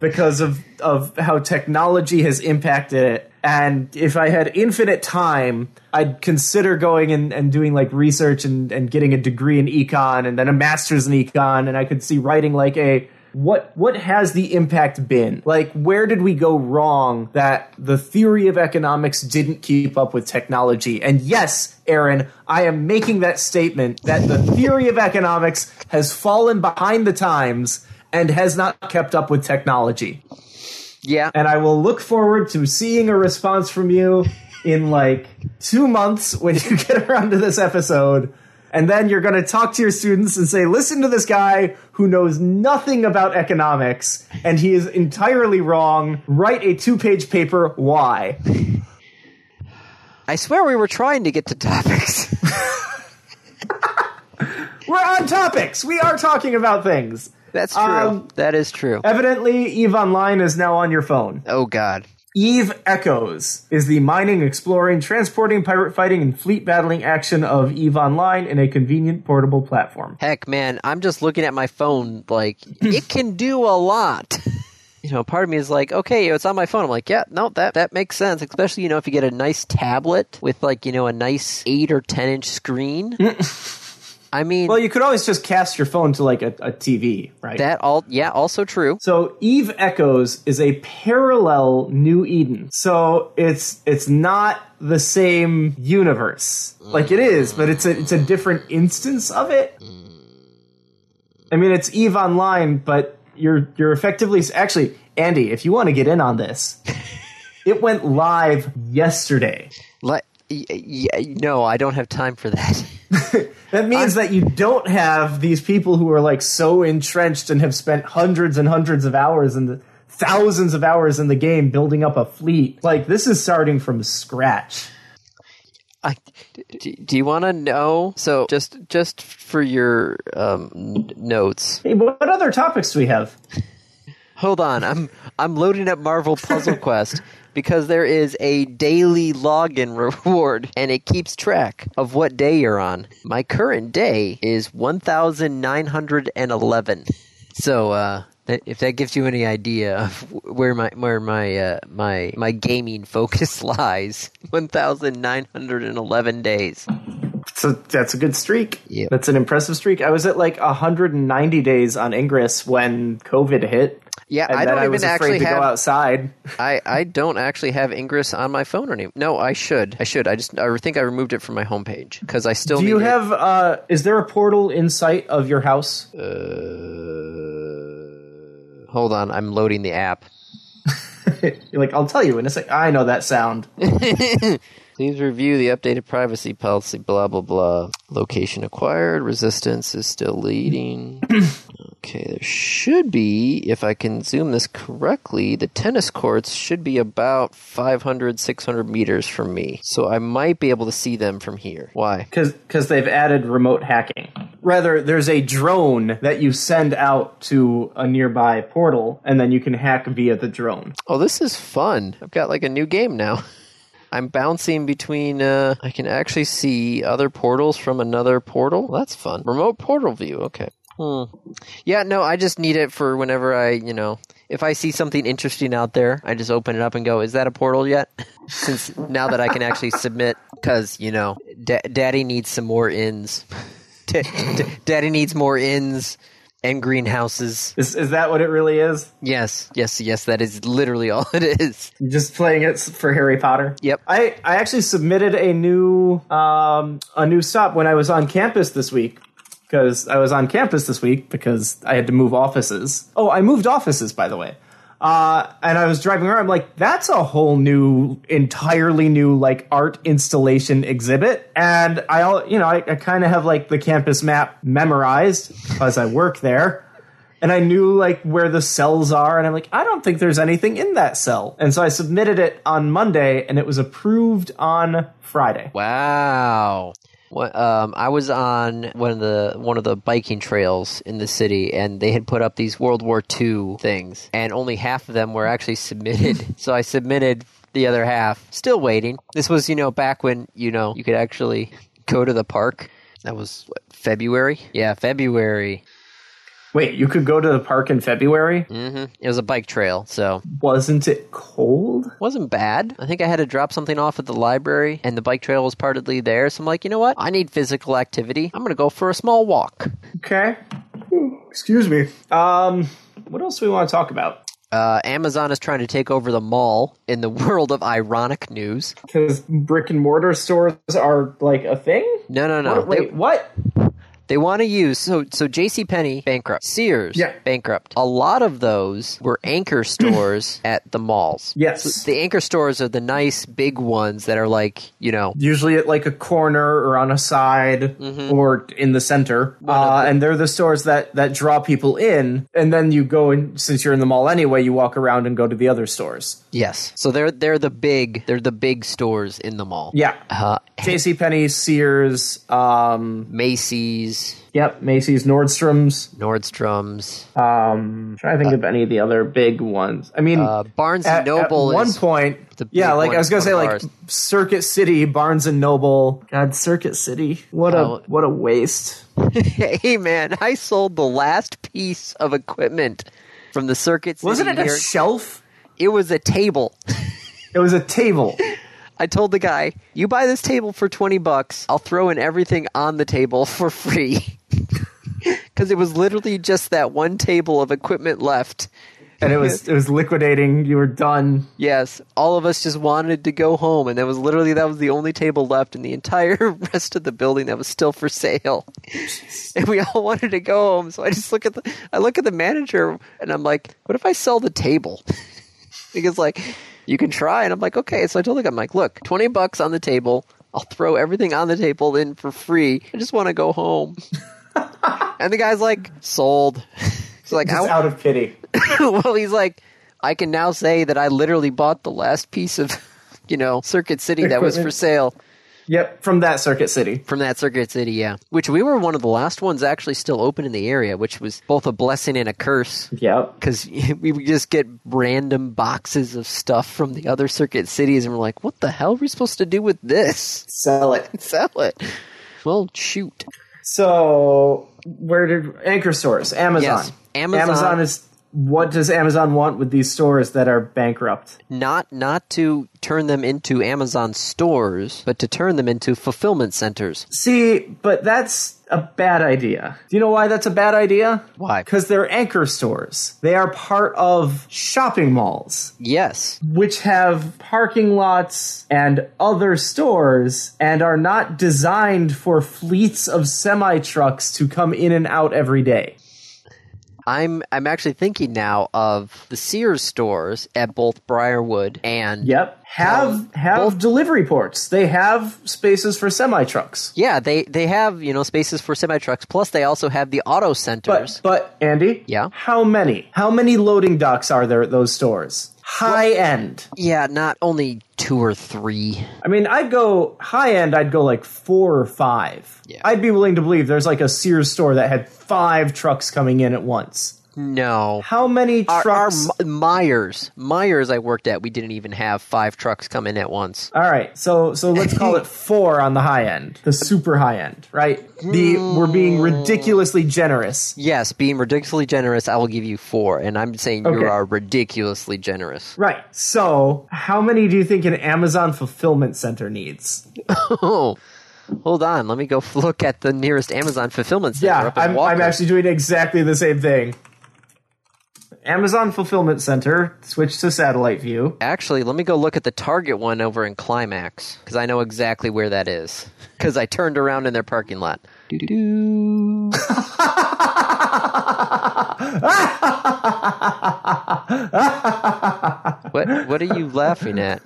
because of of how technology has impacted it. And if I had infinite time, I'd consider going and, and doing like research and, and getting a degree in econ and then a master's in econ and I could see writing like a what what has the impact been like where did we go wrong that the theory of economics didn't keep up with technology and yes aaron i am making that statement that the theory of economics has fallen behind the times and has not kept up with technology Yeah, and i will look forward to seeing a response from you in like two months when you get <laughs> around to this episode and then you're going to talk to your students and say, listen to this guy who knows nothing about economics and he is entirely wrong. Write a two page paper. Why? I swear we were trying to get to topics. <laughs> We're on topics. We are talking about things. That's true. Um, that is true. Evidently, Eve Online is now on your phone. Oh God. Eve Echoes is the mining, exploring, transporting, pirate fighting, and fleet battling action of Eve Online in a convenient portable platform. Heck, man, I'm just looking at my phone. Like, it can do a lot. <laughs> You know, part of me is like, okay, it's on my phone. I'm like, yeah, no, that that makes sense. Especially, you know, if you get a nice tablet with like, you know, a nice eight or ten inch screen. I mean, Well, you could always just cast your phone to like a, a TV, right? that all, yeah, also true. So Eve Echoes is a parallel New Eden. So it's it's not the same universe. Like it is, but it's a it's a different instance of it. I mean, it's Eve Online, but you're you're effectively actually Andy, if you want to get in on this. <laughs> It went live yesterday. Like, y- y- no, I don't have time for that. <laughs> That means that you don't have these people who are like so entrenched and have spent hundreds and hundreds of hours and thousands of hours in the game building up a fleet. Like this is starting from scratch. I, do, do you want to know? So just just for your um, n- notes, Hey, what other topics do we have? Hold on, I'm I'm loading up Marvel Puzzle Quest <laughs> because there is a daily login reward and it keeps track of what day you're on. My current day is 1911. So uh that, if that gives you any idea of where my where my uh, my my gaming focus <laughs> lies, 1911 days. So that's a good streak. Yeah. That's an impressive streak. I was at like 190 days on Ingress when COVID hit. Yeah, And I then don't I even was afraid actually to have go outside. I, I don't actually have Ingress on my phone anymore. No, I should. I should. I just I think I removed it from my homepage because I still Do need you it. have? Uh, is there a portal in sight of your house? Uh, hold on, I'm loading the app. You're <laughs> like, I'll tell you in a sec. I know that sound. Please review the updated privacy policy. Blah blah blah. Location acquired. Resistance is still <clears throat> leading. okay, there should be, if I can zoom this correctly, the tennis courts should be about 500, 600 meters from me, so I might be able to see them from here. Why? because they've added remote hacking. Rather, there's a drone that you send out to a nearby portal, and then you can hack via the drone. Oh, this is fun. I've got like a new game now. <laughs> I'm bouncing between uh I can actually see other portals from another portal. That's fun. Remote portal view. Okay. Hmm. Yeah, no, I just need it for whenever I, you know, if I see something interesting out there, I just open it up and go, "Is that a portal yet?" <laughs> Since now that I can actually submit cuz, you know, da- daddy needs some more ins. <laughs> Da- da- daddy needs more ins and greenhouses. Is is that what it really is? Yes. Yes, yes, that is literally <laughs> all it is. You're just playing it for Harry Potter. Yep. I I actually submitted a new um a new stop when I was on campus this week. Because I was on campus this week because I had to move offices. Oh, I moved offices, by the way. Uh, and I was driving around. I'm like, that's a whole new, entirely new, like art installation exhibit. And I, all, you know, I, I kind of have like the campus map memorized because I work there. and I knew like where the cells are, and I'm like, I don't think there's anything in that cell. And so I submitted it on Monday, and it was approved on Friday. Wow. What, um, I was on one of the one of the biking trails in the city, and they had put up these World War II things, and only half of them were actually submitted. so I submitted the other half. Still waiting. This was, you know, back when you know you could actually go to the park. That was what, February. Yeah, February. Wait, you could go to the park in February? hmm It was a bike trail, so Wasn't it cold? wasn't bad. I think I had to drop something off at the library, and the bike trail was partly there. So I'm like, you know what? I need physical activity. I'm gonna go for a small walk. Okay. Ooh, Excuse me. Um, what else do we want to talk about? Uh, Amazon is trying to take over the mall in the <laughs> world of ironic news. Because brick and mortar stores are like a thing. No, no, no. Wait, They, what? they want to use so so J.C. Penney bankrupt, Sears Yeah. bankrupt. A lot of those were <laughs> anchor stores at the malls. Yes. The anchor stores are the nice big ones that are like you know usually at like a corner or on a side Mm-hmm. or in the center uh, and they're the stores that that draw people in and then you go and since you're in the mall anyway you walk around and go to the other stores yes. So they're they're the big they're the big stores in the mall. yeah Uh, jc penney sears um Macy's, yep macy's nordstrom's Nordstrom's, um trying to think of any of the other big ones i mean uh, Barnes at, and Noble. at one is, point the big yeah like one i was gonna in say front of like circuit city barnes and noble god circuit city what a Oh. what a waste <laughs> Hey man, I sold the last piece of equipment from the circuit. City wasn't it a here. shelf it was a table. it was a table I told the guy, "You buy this table for twenty bucks, I'll throw in everything on the table <laughs> for free." Because it was literally just that one table of equipment left. and it was it was liquidating. You were done. Yes, all of us just wanted to go home, and that was literally that was the only table left in the entire <laughs> rest of the building that was still for sale. And we all wanted to go home, so I just look at the I look at the manager, and I'm like, "What if I sell the table?" <laughs> because like you can try, and I'm like, "Okay." So I told the guy, "I'm like, look, twenty bucks on the table. I'll throw everything on the table in for free. I just want to go home." and the guy's like, "Sold." <laughs> He's like, Just "I out of pity. <laughs> well, he's like, I can now say that I literally bought the last piece of, <laughs> you know, Circuit City that was for Equipment. sale Yep, from that Circuit City. from that Circuit City, yeah. Which we were one of the last ones actually still open in the area, which was both a blessing and a curse. Yep. Because <laughs> we would just get random boxes of stuff from the other circuit cities, and we're like, what the hell are we supposed to do with this? <laughs> Sell it. Sell it. Well, shoot. So where did anchor stores? Amazon. Yes, Amazon. is. What does Amazon want with these stores that are bankrupt? Not not to turn them into Amazon stores, but to turn them into fulfillment centers. See, but that's a bad idea. Do you know why that's a bad idea? Why? Because they're anchor stores. They are part of shopping malls. Yes. which have parking lots and other stores and are not designed for fleets of semi trucks to come in and out every day. I'm I'm actually thinking now of the Sears stores at both Briarwood and Yep. Have have delivery ports. They have spaces for semi trucks. yeah they they have you know spaces for semi trucks plus they also have the auto centers. But but Andy, Yeah? How many? How many loading docks are there at those stores? High end. yeah, not only two or three. I mean, I'd go high end. I'd go like four or five. Yeah. I'd be willing to believe there's like a Sears store that had five trucks coming in at once. No. How many Our, our trucks? M- Myers Myers I worked at we didn't even have five trucks come in at once. All right, so so let's call it four on the high end, the super high end, right? The we're being ridiculously generous, Yes, being ridiculously generous, I will give you four, and I'm saying you Okay. are ridiculously generous. <laughs> right? So how many do you think an Amazon fulfillment center needs? Oh, hold on, let me go f- look at the nearest Amazon fulfillment center. Yeah, up in I'm, Walker. I'm actually doing exactly the same thing. Amazon fulfillment center, switch to satellite view. Actually, let me go look at the Target one over in Climax because I know exactly where that is because I turned around in their parking lot. Doo-doo-doo. what What are you laughing at?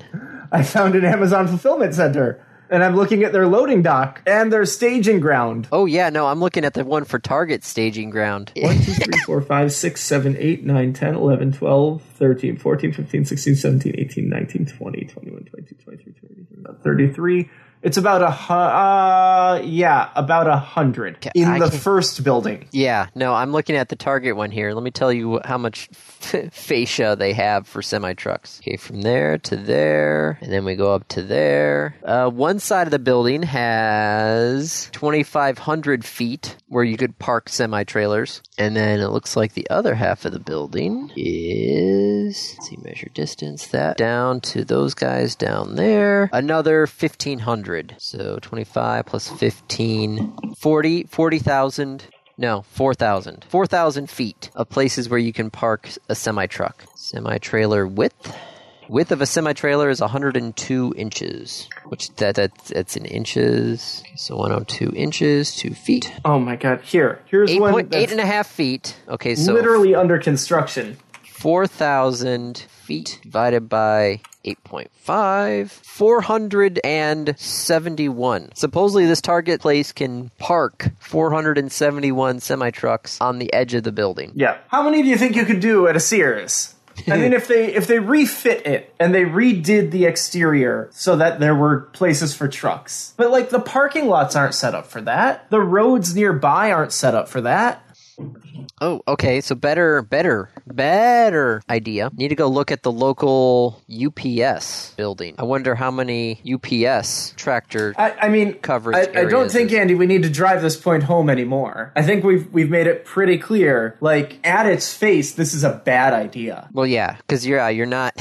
I found an Amazon fulfillment center. and I'm looking at their loading dock and their staging ground. Oh yeah, no, I'm looking at the one for Target staging ground. 1, 2, 3, 4, 5, 6, 7, 8, 9, 10, 11, 12, 13, 14, 15, 16, 17, 18, 19, 20, 21, 22, 23, 24, 33. It's about a hu- uh yeah, about a hundred in I the can't- first building. Yeah, no, I'm looking at the Target one here. Let me tell you how much <laughs> fascia they have for semi trucks. Okay, from there to there, and then we go up to there. Uh, one side of the building has 2,500 feet where you could park semi trailers, and then it looks like the other half of the building is let's see, measure distance that down to those guys down there. Another 1,500, so 25 plus 15, 40, 40,000. No, 4,000. 4,000 feet of places where you can park a semi truck. Semi trailer width. Width of a semi trailer is 102 inches, which that, that that's in inches. Okay, so 102 inches, two feet, Oh my god! Here, here's eight one point eight that's and a half feet. Okay, so literally under construction. 4,000 feet divided by 8.5, 471. Supposedly, this target place can park 471 semi trucks on the edge of the building. Yeah. How many do you think you could do at a Sears? <laughs> I mean, if they if they refit it and they redid the exterior so that there were places for trucks, but like the parking lots aren't set up for that. The roads nearby aren't set up for that. Oh, okay. So better, better, better idea. Need to go look at the local UPS building. I wonder how many UPS tractor. I, I mean, Coverage I, I don't areas think is- Andy, we need to drive this point home anymore. I think we've we've made it pretty clear. Like at its face, this is a bad idea. well, yeah, because you're uh, you're not.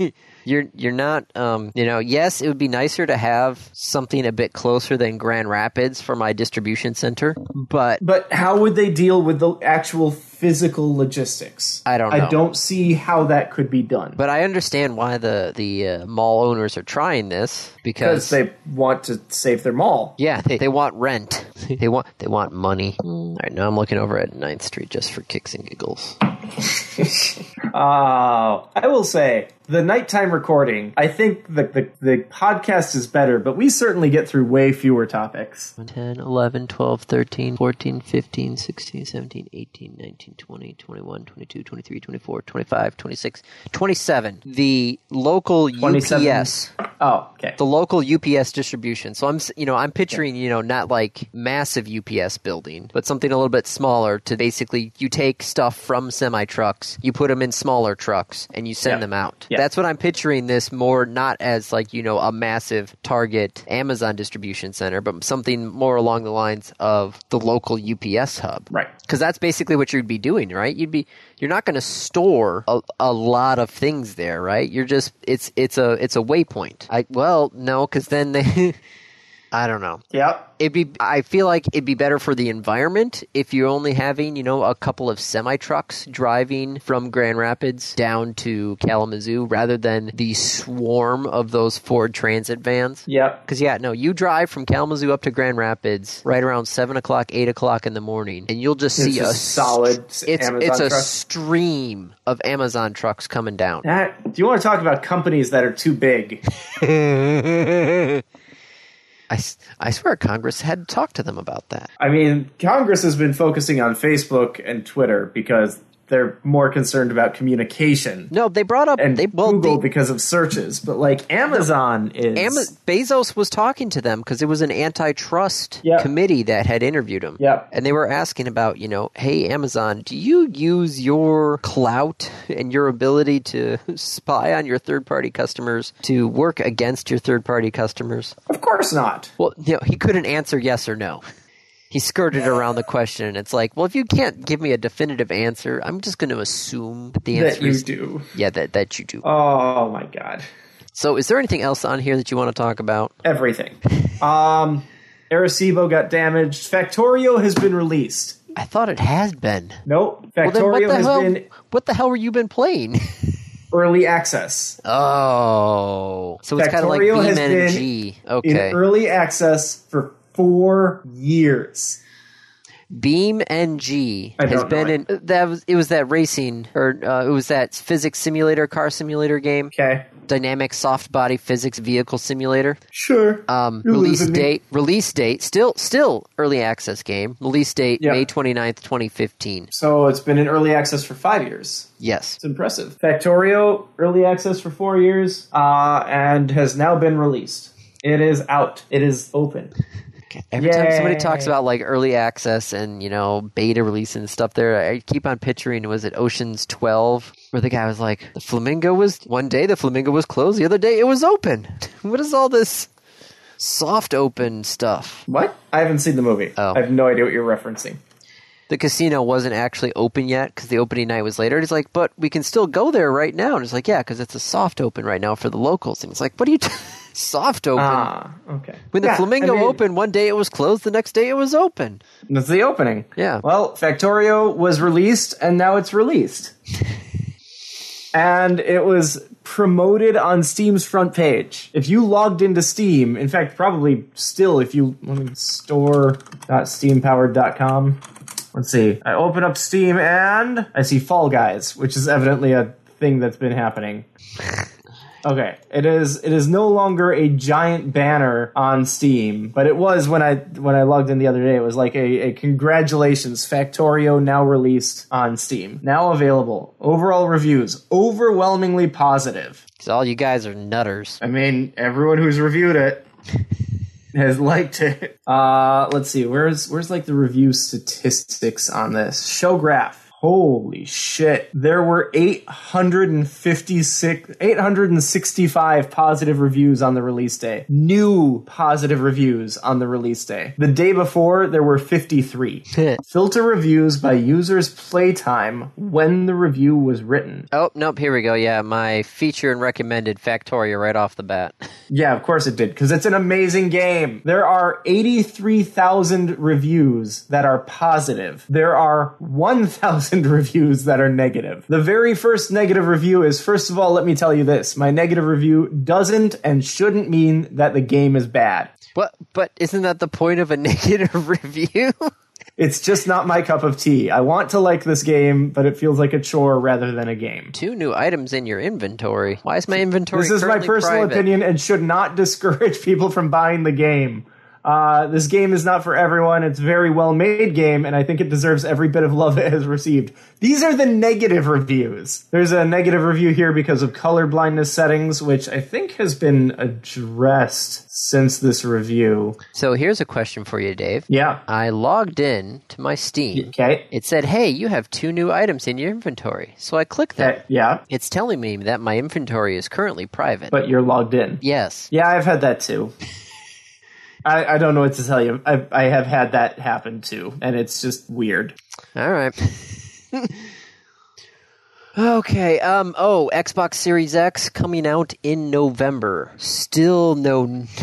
<laughs> You're you're not um you know yes it would be nicer to have something a bit closer than Grand Rapids for my distribution center but But how would they deal with the actual physical logistics? I don't know. I don't see how that could be done. but I understand why the the uh, mall owners are trying this because because they want to save their mall. Yeah, they, they want rent. <laughs> they want they want money. Mm, All right, now I'm looking over at 9th Street just for kicks and giggles. Oh, I will say the nighttime recording. I think the, the the podcast is better, but we certainly get through way fewer topics. 10, 11, 12, 13, 14, 15, 16, 17, 18, 19, 20, 21, 22, 23, 24, 25, 26, 27. The local 27. UPS, Oh, okay. the local UPS distribution. So I'm, s- you know, I'm picturing, you know, not like massive UPS building, but something a little bit smaller to basically you take stuff from semi trucks, you put them in smaller trucks, and you send Yeah. them out. Yeah. That's what I'm picturing this more not as like, you know, a massive Target Amazon distribution center, but something more along the lines of the local UPS hub. Right. Because that's basically what you'd be doing, right? You'd be you're not going to store a, a lot of things there, right? You're just it's it's a it's a waypoint. I well no, because then they. <laughs> I don't know. Yep. It'd be. I feel like it'd be better for the environment if you're only having, you know, a couple of semi trucks driving from Grand Rapids down to Kalamazoo, rather than the swarm of those Ford Transit vans. Yep. Because, yeah, no, you drive from Kalamazoo up to Grand Rapids right around 7 o'clock, 8 o'clock in the morning, and you'll just see It's a a solid str- It's, Amazon it's a truck. stream of Amazon trucks coming down. That, do you want to talk about companies that are too big? I, s- I swear Congress had talked to them about that. I mean, Congress has been focusing on Facebook and Twitter because they're more concerned about communication No, they brought up. and they, well, Google the- because of searches. But like Amazon is Ama- Bezos was talking to them because it was an antitrust Yeah. committee that had interviewed him. Yeah. And they were asking about, you know, hey, Amazon, do you use your clout and your ability to <laughs> spy on your third party customers to work against your third party customers? of course not. Well, you know, he couldn't answer yes or no. He skirted around the question, and it's like, well, if you can't give me a definitive answer, I'm just going to assume that the answer That you is do. yeah, that that you do. Oh my god. So, is there anything else on here that you want to talk about? <laughs> Everything. Um Arecibo got damaged. Factorio has been released. I thought it has been. Nope. Well, then what Factorio the has hell? been What the hell were you been playing? early access. <laughs> oh, so it's kind of like Factorio has been BeamNG. In Okay, early access for four years. Beam NG I has don't been know in that was it was that racing or uh, it was that physics simulator car simulator game, Okay. dynamic soft body physics vehicle simulator. Sure. Um, You're release losing me. date release date still still early access game. Release date Yeah. May 29th, 2015. So it's been in early access for five years. Yes. It's impressive. Factorio, early access for four years, uh, and has now been released. It is out. It is open. Every time somebody Yay. talks about like early access and you know beta release and stuff, there I keep on picturing was it Ocean's Twelve where the guy was like, the flamingo was one day the flamingo was closed, the other day it was open. <laughs> what is all this soft open stuff? What? I haven't seen the movie. Oh. I have no idea what you're referencing. The casino wasn't actually open yet because the opening night was later. And he's like, but we can still go there right now. And it's like, yeah, because it's a soft open right now for the locals. And it's like, what are you t- <laughs> soft open? Ah, okay. when the Yeah, flamingo I mean, opened, one day it was closed, the next day it was open. That's the opening. Yeah. Well, Factorio was released, and now <laughs> it's released. and it was promoted on Steam's front page. If you logged into Steam, in fact, probably still, if you let me store.steampowered.com. Let's see. I open up Steam and I see Fall Guys, which is evidently a thing that's been happening. Okay, it is it is no longer a giant banner on Steam, but it was when I when I logged in the other day. It was like a, a congratulations, Factorio now released on Steam, now available. Overall reviews overwhelmingly positive. Because all you guys are nutters. I mean, everyone who's reviewed <laughs> it has liked it. Uh, let's see. Where's where's like the review statistics on this? Show graph. Holy shit. There were 856 865 positive reviews on the release day. New positive reviews on the release day. The day before there were 53. Filter reviews by users playtime when the review was written. Oh, nope, here we go. Yeah, my feature and recommended Factoria right off the bat. <laughs> Yeah, of course it did, because it's an amazing game. There are 83,000 reviews that are positive. There are 1,000 <laughs> reviews that are negative. The very first negative review is first of all, let me tell you this my negative review doesn't and shouldn't mean that the game is bad. What? But isn't that the point of a <laughs> negative review? <laughs> It's just not my cup of tea. I want to like this game, but it feels like a chore rather than a game. Two new items in your inventory. Why is my inventory This is my currently personal private? opinion and should not <laughs> discourage people from buying the game. Uh, this game is not for everyone. It's a very well made game, and I think it deserves every bit of love <laughs> it has received. These are the negative reviews. There's a negative review here because of color blindness settings, which I think has been addressed since this review. So here's a question for you, Dave. Yeah. I logged in to my Steam. Okay. It said, hey, you have two new items in your inventory. So I click that. Okay. Yeah. It's telling me that my inventory is currently private. But you're logged in. yes. Yeah, I've had that too. <laughs> I, I don't know what to tell you. I, I have had that happen too, and it's just weird. All right. <laughs> okay. Um. Oh, Xbox Series X coming out in November. Still no. <laughs>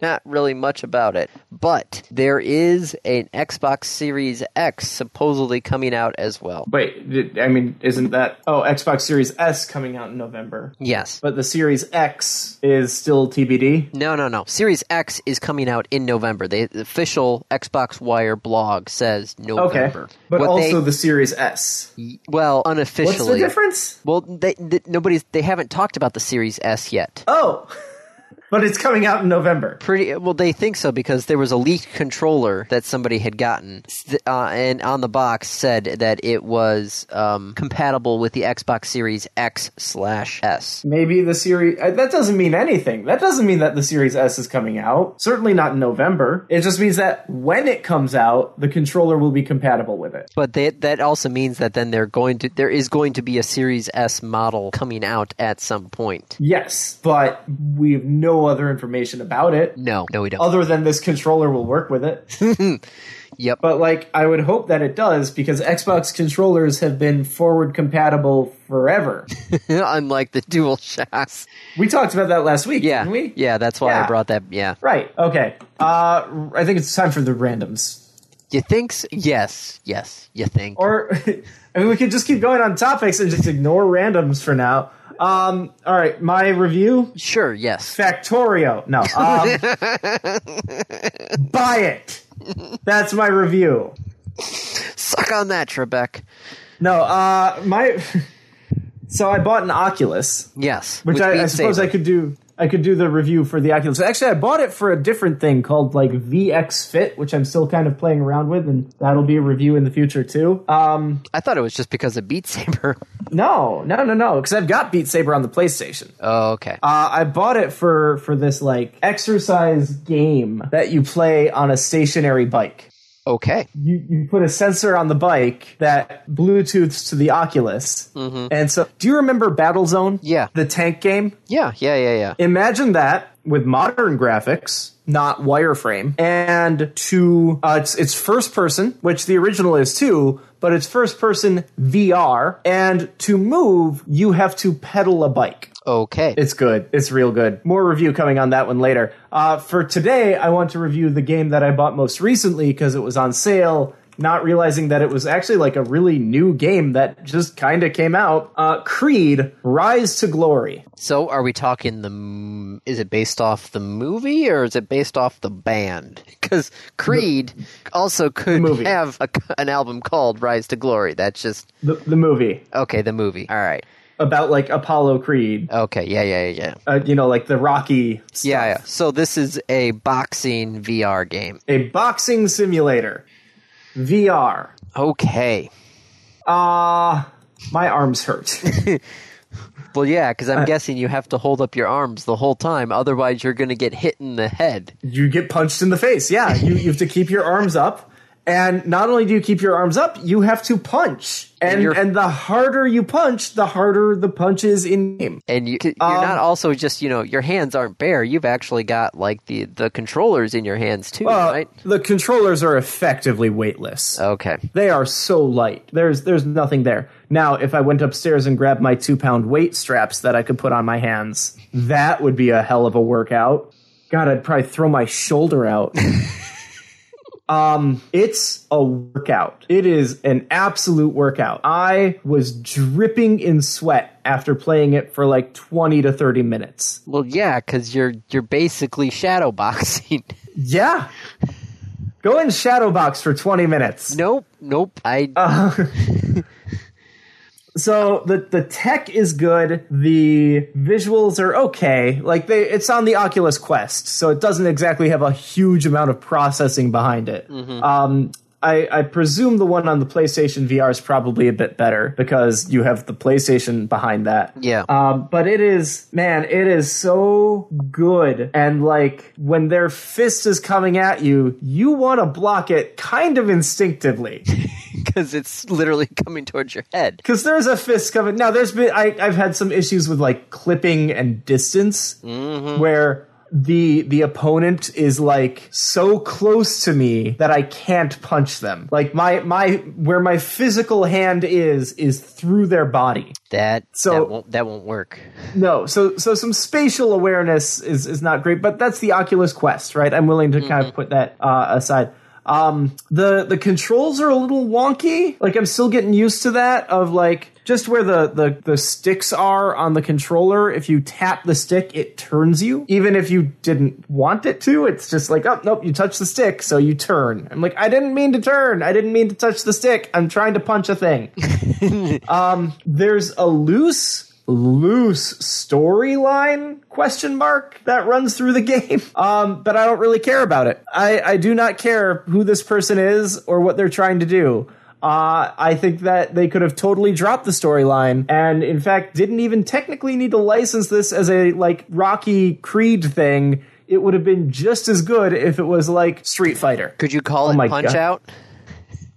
Not really much about it, but there is an Xbox Series X supposedly coming out as well. Wait, did- I mean, isn't that oh Xbox Series S coming out in November? Yes. But the Series X is still TBD. No, no, no. Series X is coming out in November. They, the official Xbox Wire blog says Okay, November. but What also they, the Series S. well, What's unofficially. the difference? Well, they, they, nobody's. They haven't talked about the Series S yet. Oh, <laughs> but it's coming out in November. pretty well they think so because there was a leaked controller that somebody had gotten s- uh, and on the box said that it was um, compatible with the xbox series x slash s Maybe the series uh, that doesn't mean anything. That doesn't mean that the Series S is coming out. Certainly not in November. It just means that when it comes out, the controller will be compatible with it. but they, that also means that then they're going to there is going to be a series s model coming out at some point Yes, but we have no other information about it no no we don't other than this controller will work with it. yep <laughs> But like, I would hope that it does because Xbox controllers have been forward compatible <laughs> forever. unlike the dual shocks we talked about that last week, yeah didn't we? yeah that's why i Yeah. brought that yeah Right. Okay. Uh, I think it's time for the randoms. you think s yes yes you think Or <laughs> I mean, we could just keep going on topics and just ignore randoms for now. Um, all right, my review. sure yes Factorio. No. <laughs> Um, buy it. That's my review. Work on that, Trebek. No, uh, my. <laughs> so I bought an Oculus, Yes. which with I, I Beat suppose Saber. I could do. I could do the review for the Oculus. Actually, I bought it for a different thing called like VX Fit, which I'm still kind of playing around with, and that'll be a review in the future too. Um, I thought it was just because of Beat Saber. <laughs> no, no, no, no, because I've got Beat Saber on the PlayStation. Oh, okay. Uh, I bought it for for this like exercise game that you play on a stationary bike. okay. You you put a sensor on the bike that Bluetooths to the Oculus, and so do you remember Battlezone? Yeah. the tank game. Yeah, yeah, yeah, yeah. Imagine that with modern graphics, not wireframe, and to uh, it's it's first person, which the original is too. But it's first person VR, and to move, you have to pedal a bike. Okay. It's good. It's real good. More review coming on that one later. Uh, for today, I want to review the game that I bought most recently because it was on sale. Not realizing that it was actually like a really new game that just kind of came out. Uh, Creed: Rise to Glory. so, are we talking the? m- Is it based off the movie or is it based off the band? <laughs> Because Creed also could movie. have a, an album called Rise to Glory. That's just The, the movie okay. The movie. All right. about like Apollo Creed, Okay. Yeah. Yeah. Yeah. Yeah. uh, you know, like the Rocky, stuff. Yeah, yeah. So this is a boxing VR game. a boxing simulator, VR. Okay. Ah, my arms hurt. <laughs> Well, yeah, because I'm guessing you have to hold up your arms the whole time, otherwise you're going to get hit in the head. you get punched in the face. Yeah, you, you have to keep your arms up. And not only do you keep your arms up, you have to punch. And you're- and, the harder you punch, the harder the punch is in game. And you, you're um, not also just you know your hands aren't bare. You've actually got like the the controllers in your hands too, Uh, right? The controllers are effectively weightless. Okay. They are so light. There's there's nothing there. Now, if I went upstairs and grabbed my two pound weight straps that I could put on my hands, that would be a hell of a workout. God, I'd probably throw my shoulder out. um, it's a workout. It is an absolute workout. I was dripping in sweat after playing it for like twenty to thirty minutes. Well, yeah, because you're you're basically shadow <laughs> boxing. Yeah. Go in shadowbox for twenty minutes. nope, nope. I Uh. So the the tech is good. The visuals are okay. Like they, it's on the Oculus Quest, so it doesn't exactly have a huge amount of processing behind it. Um, I, I presume the one on the PlayStation VR is probably a bit better because you have the PlayStation behind that. Yeah. Um, but it is, man, it is so good. And like when their fist is coming at you, you want to block it kind of instinctively. <laughs> because it's literally <laughs> coming towards your head. Because there's a fist coming. Now there's been I, I've had some issues with like clipping and distance, where the the opponent is like so close to me that I can't punch them. Like my my where my physical hand is is through their body. That So- that won't that won't work. No, so so some spatial awareness is is not great, but that's the Oculus Quest, right? I'm willing to kind of put that uh, aside. Um, the the controls are a little wonky. Like I'm still getting used to that of like just where the, the the sticks are on the controller. If you tap the stick, it turns you, even if you didn't want it to. It's just like oh nope, you touch the stick, so you turn. I'm like I didn't mean to turn. I didn't mean to touch the stick. I'm trying to punch a thing there's a loose loose storyline question mark that runs through the <laughs> game um but i don't really care about it i i do not care who this person is or what they're trying to do uh, I think that they could have totally dropped the storyline, and in fact, didn't even technically need to license this as a like Rocky Creed thing. It would have been just as good if it was like Street Fighter. Could you call Oh my it Punch God. Out?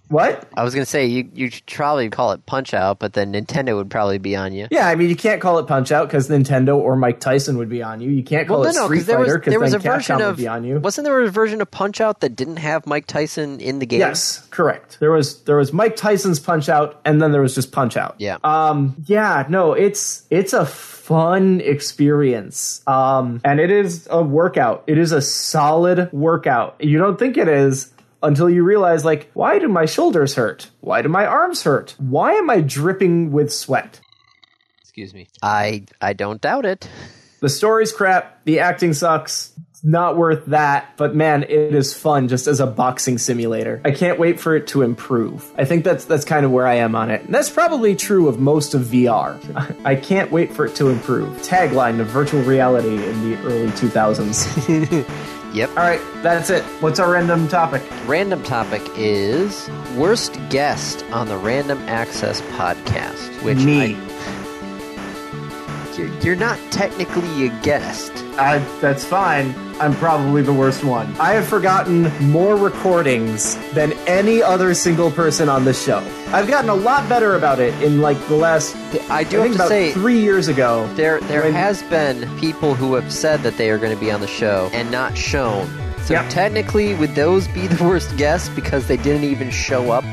What? I was gonna say you you should probably call it Punch Out, but then Nintendo would probably be on you. Yeah, I mean, you can't call it Punch Out because Nintendo or Mike Tyson would be on you. You can't call Well, it no, no, Oh, Street because there was Fighter there was because a then version Capcom of would be on you. wasn't there a version of Punch Out that didn't have Mike Tyson in the game? Yes, correct. There was there was Mike Tyson's Punch Out, and then there was just Punch Out. Yeah. Um. Yeah. No. It's it's a fun experience. Um. And it is a workout. It is a solid workout. You don't think it is until you realize like why do my shoulders hurt? Why do my arms hurt? Why am I dripping with sweat? Excuse me. I I don't doubt it. The story's crap. The acting sucks. not worth that, but man, it is fun just as a boxing simulator. I can't wait for it to improve. I think that's that's kind of where I am on it. And that's probably true of most of VR. <laughs> I can't wait for it to improve. Tagline of virtual reality in the early 2000s. Yep. <laughs> All right, that's it. What's our random topic? Random topic is worst guest on the Random Access podcast, which Me. I, you're, you're not technically a guest. I, that's fine. I'm probably the worst one. I have forgotten more recordings than any other single person on the show. I've gotten a lot better about it in like the last. I do have I think to about say three years ago. there there when- has been people who have said that they are going to be on the show and not shown. So Yep. technically, would those be the worst guests because they didn't even show up?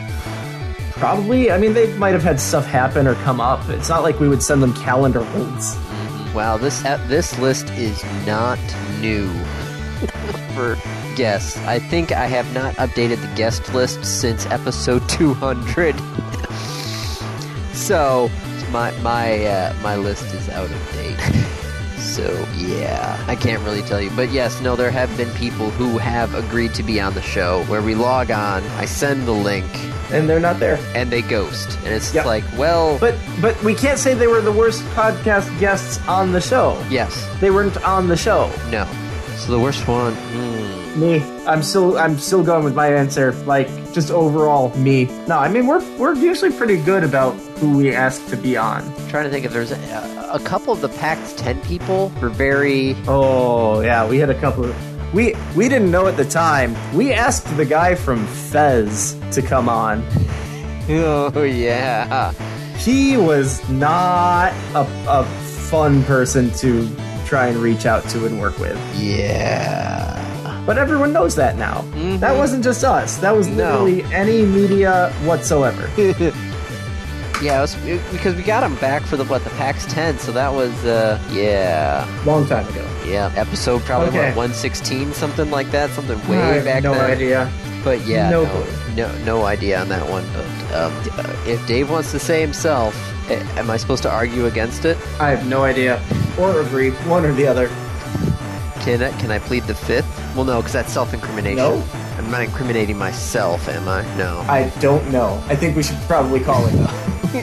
Probably. I mean, they might have had stuff happen or come up. It's not like we would send them calendar links. Wow, this uh, this list is not new <laughs> for guests. I think I have not updated the guest list since episode <laughs> 200. so my my uh, my list is out of date. <laughs> so yeah, I can't really tell you. But yes, no, there have been people who have agreed to be on the show where we log on, I send the link, And they're not there. and they ghost, and it's Yep. like, well, But but we can't say they were the worst podcast guests on the show. yes, They weren't on the show. no. So the worst one. hmm. Me. I'm still I'm still going with my answer. Like just overall me. No, I mean we're we're usually pretty good about who we ask to be on. Trying to think if there's a, a couple of the PAX 10 people were very. <laughs> Oh yeah, we had a couple of we we didn't know at the time. We asked the guy from Fez to come on. Oh, yeah. He was not a, a fun person to try and reach out to and work with. Yeah. But everyone knows that now. That wasn't just us. That was Mm-hmm. No. literally any media <laughs> whatsoever. Yeah, it was, it- because we got them back for the, what, the PAX 10, so that was, uh, yeah. Long time ago. Yeah. Episode probably, Okay. what, 116, something like that? Something way I have back no then. idea. But yeah, No no, clue. no, no, idea on that one. But um, d- uh, if Dave wants to say himself, a- am I supposed to argue against it? I have no idea. Or agree, one or the other. Can I, can I plead the fifth? Well, no, because that's self-incrimination. No. I'm not incriminating myself, am I? No. I don't know. I think we should probably call it. <laughs>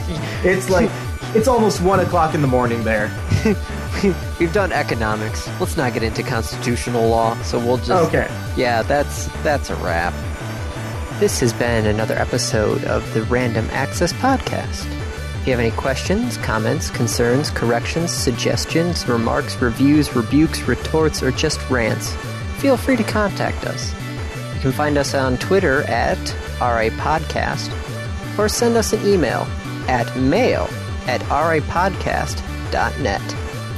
it's like it's almost one o'clock in the morning there. <laughs> We've done economics. Let's not get into constitutional law. So we'll just. Okay. Yeah, that's that's a wrap. This has been another episode of the Random Access Podcast. If you have any questions, comments, concerns, corrections, suggestions, remarks, reviews, rebukes, retorts, or just rants, feel free to contact us. You can find us on Twitter at RAPodcast or send us an email at mail at rapodcast.net.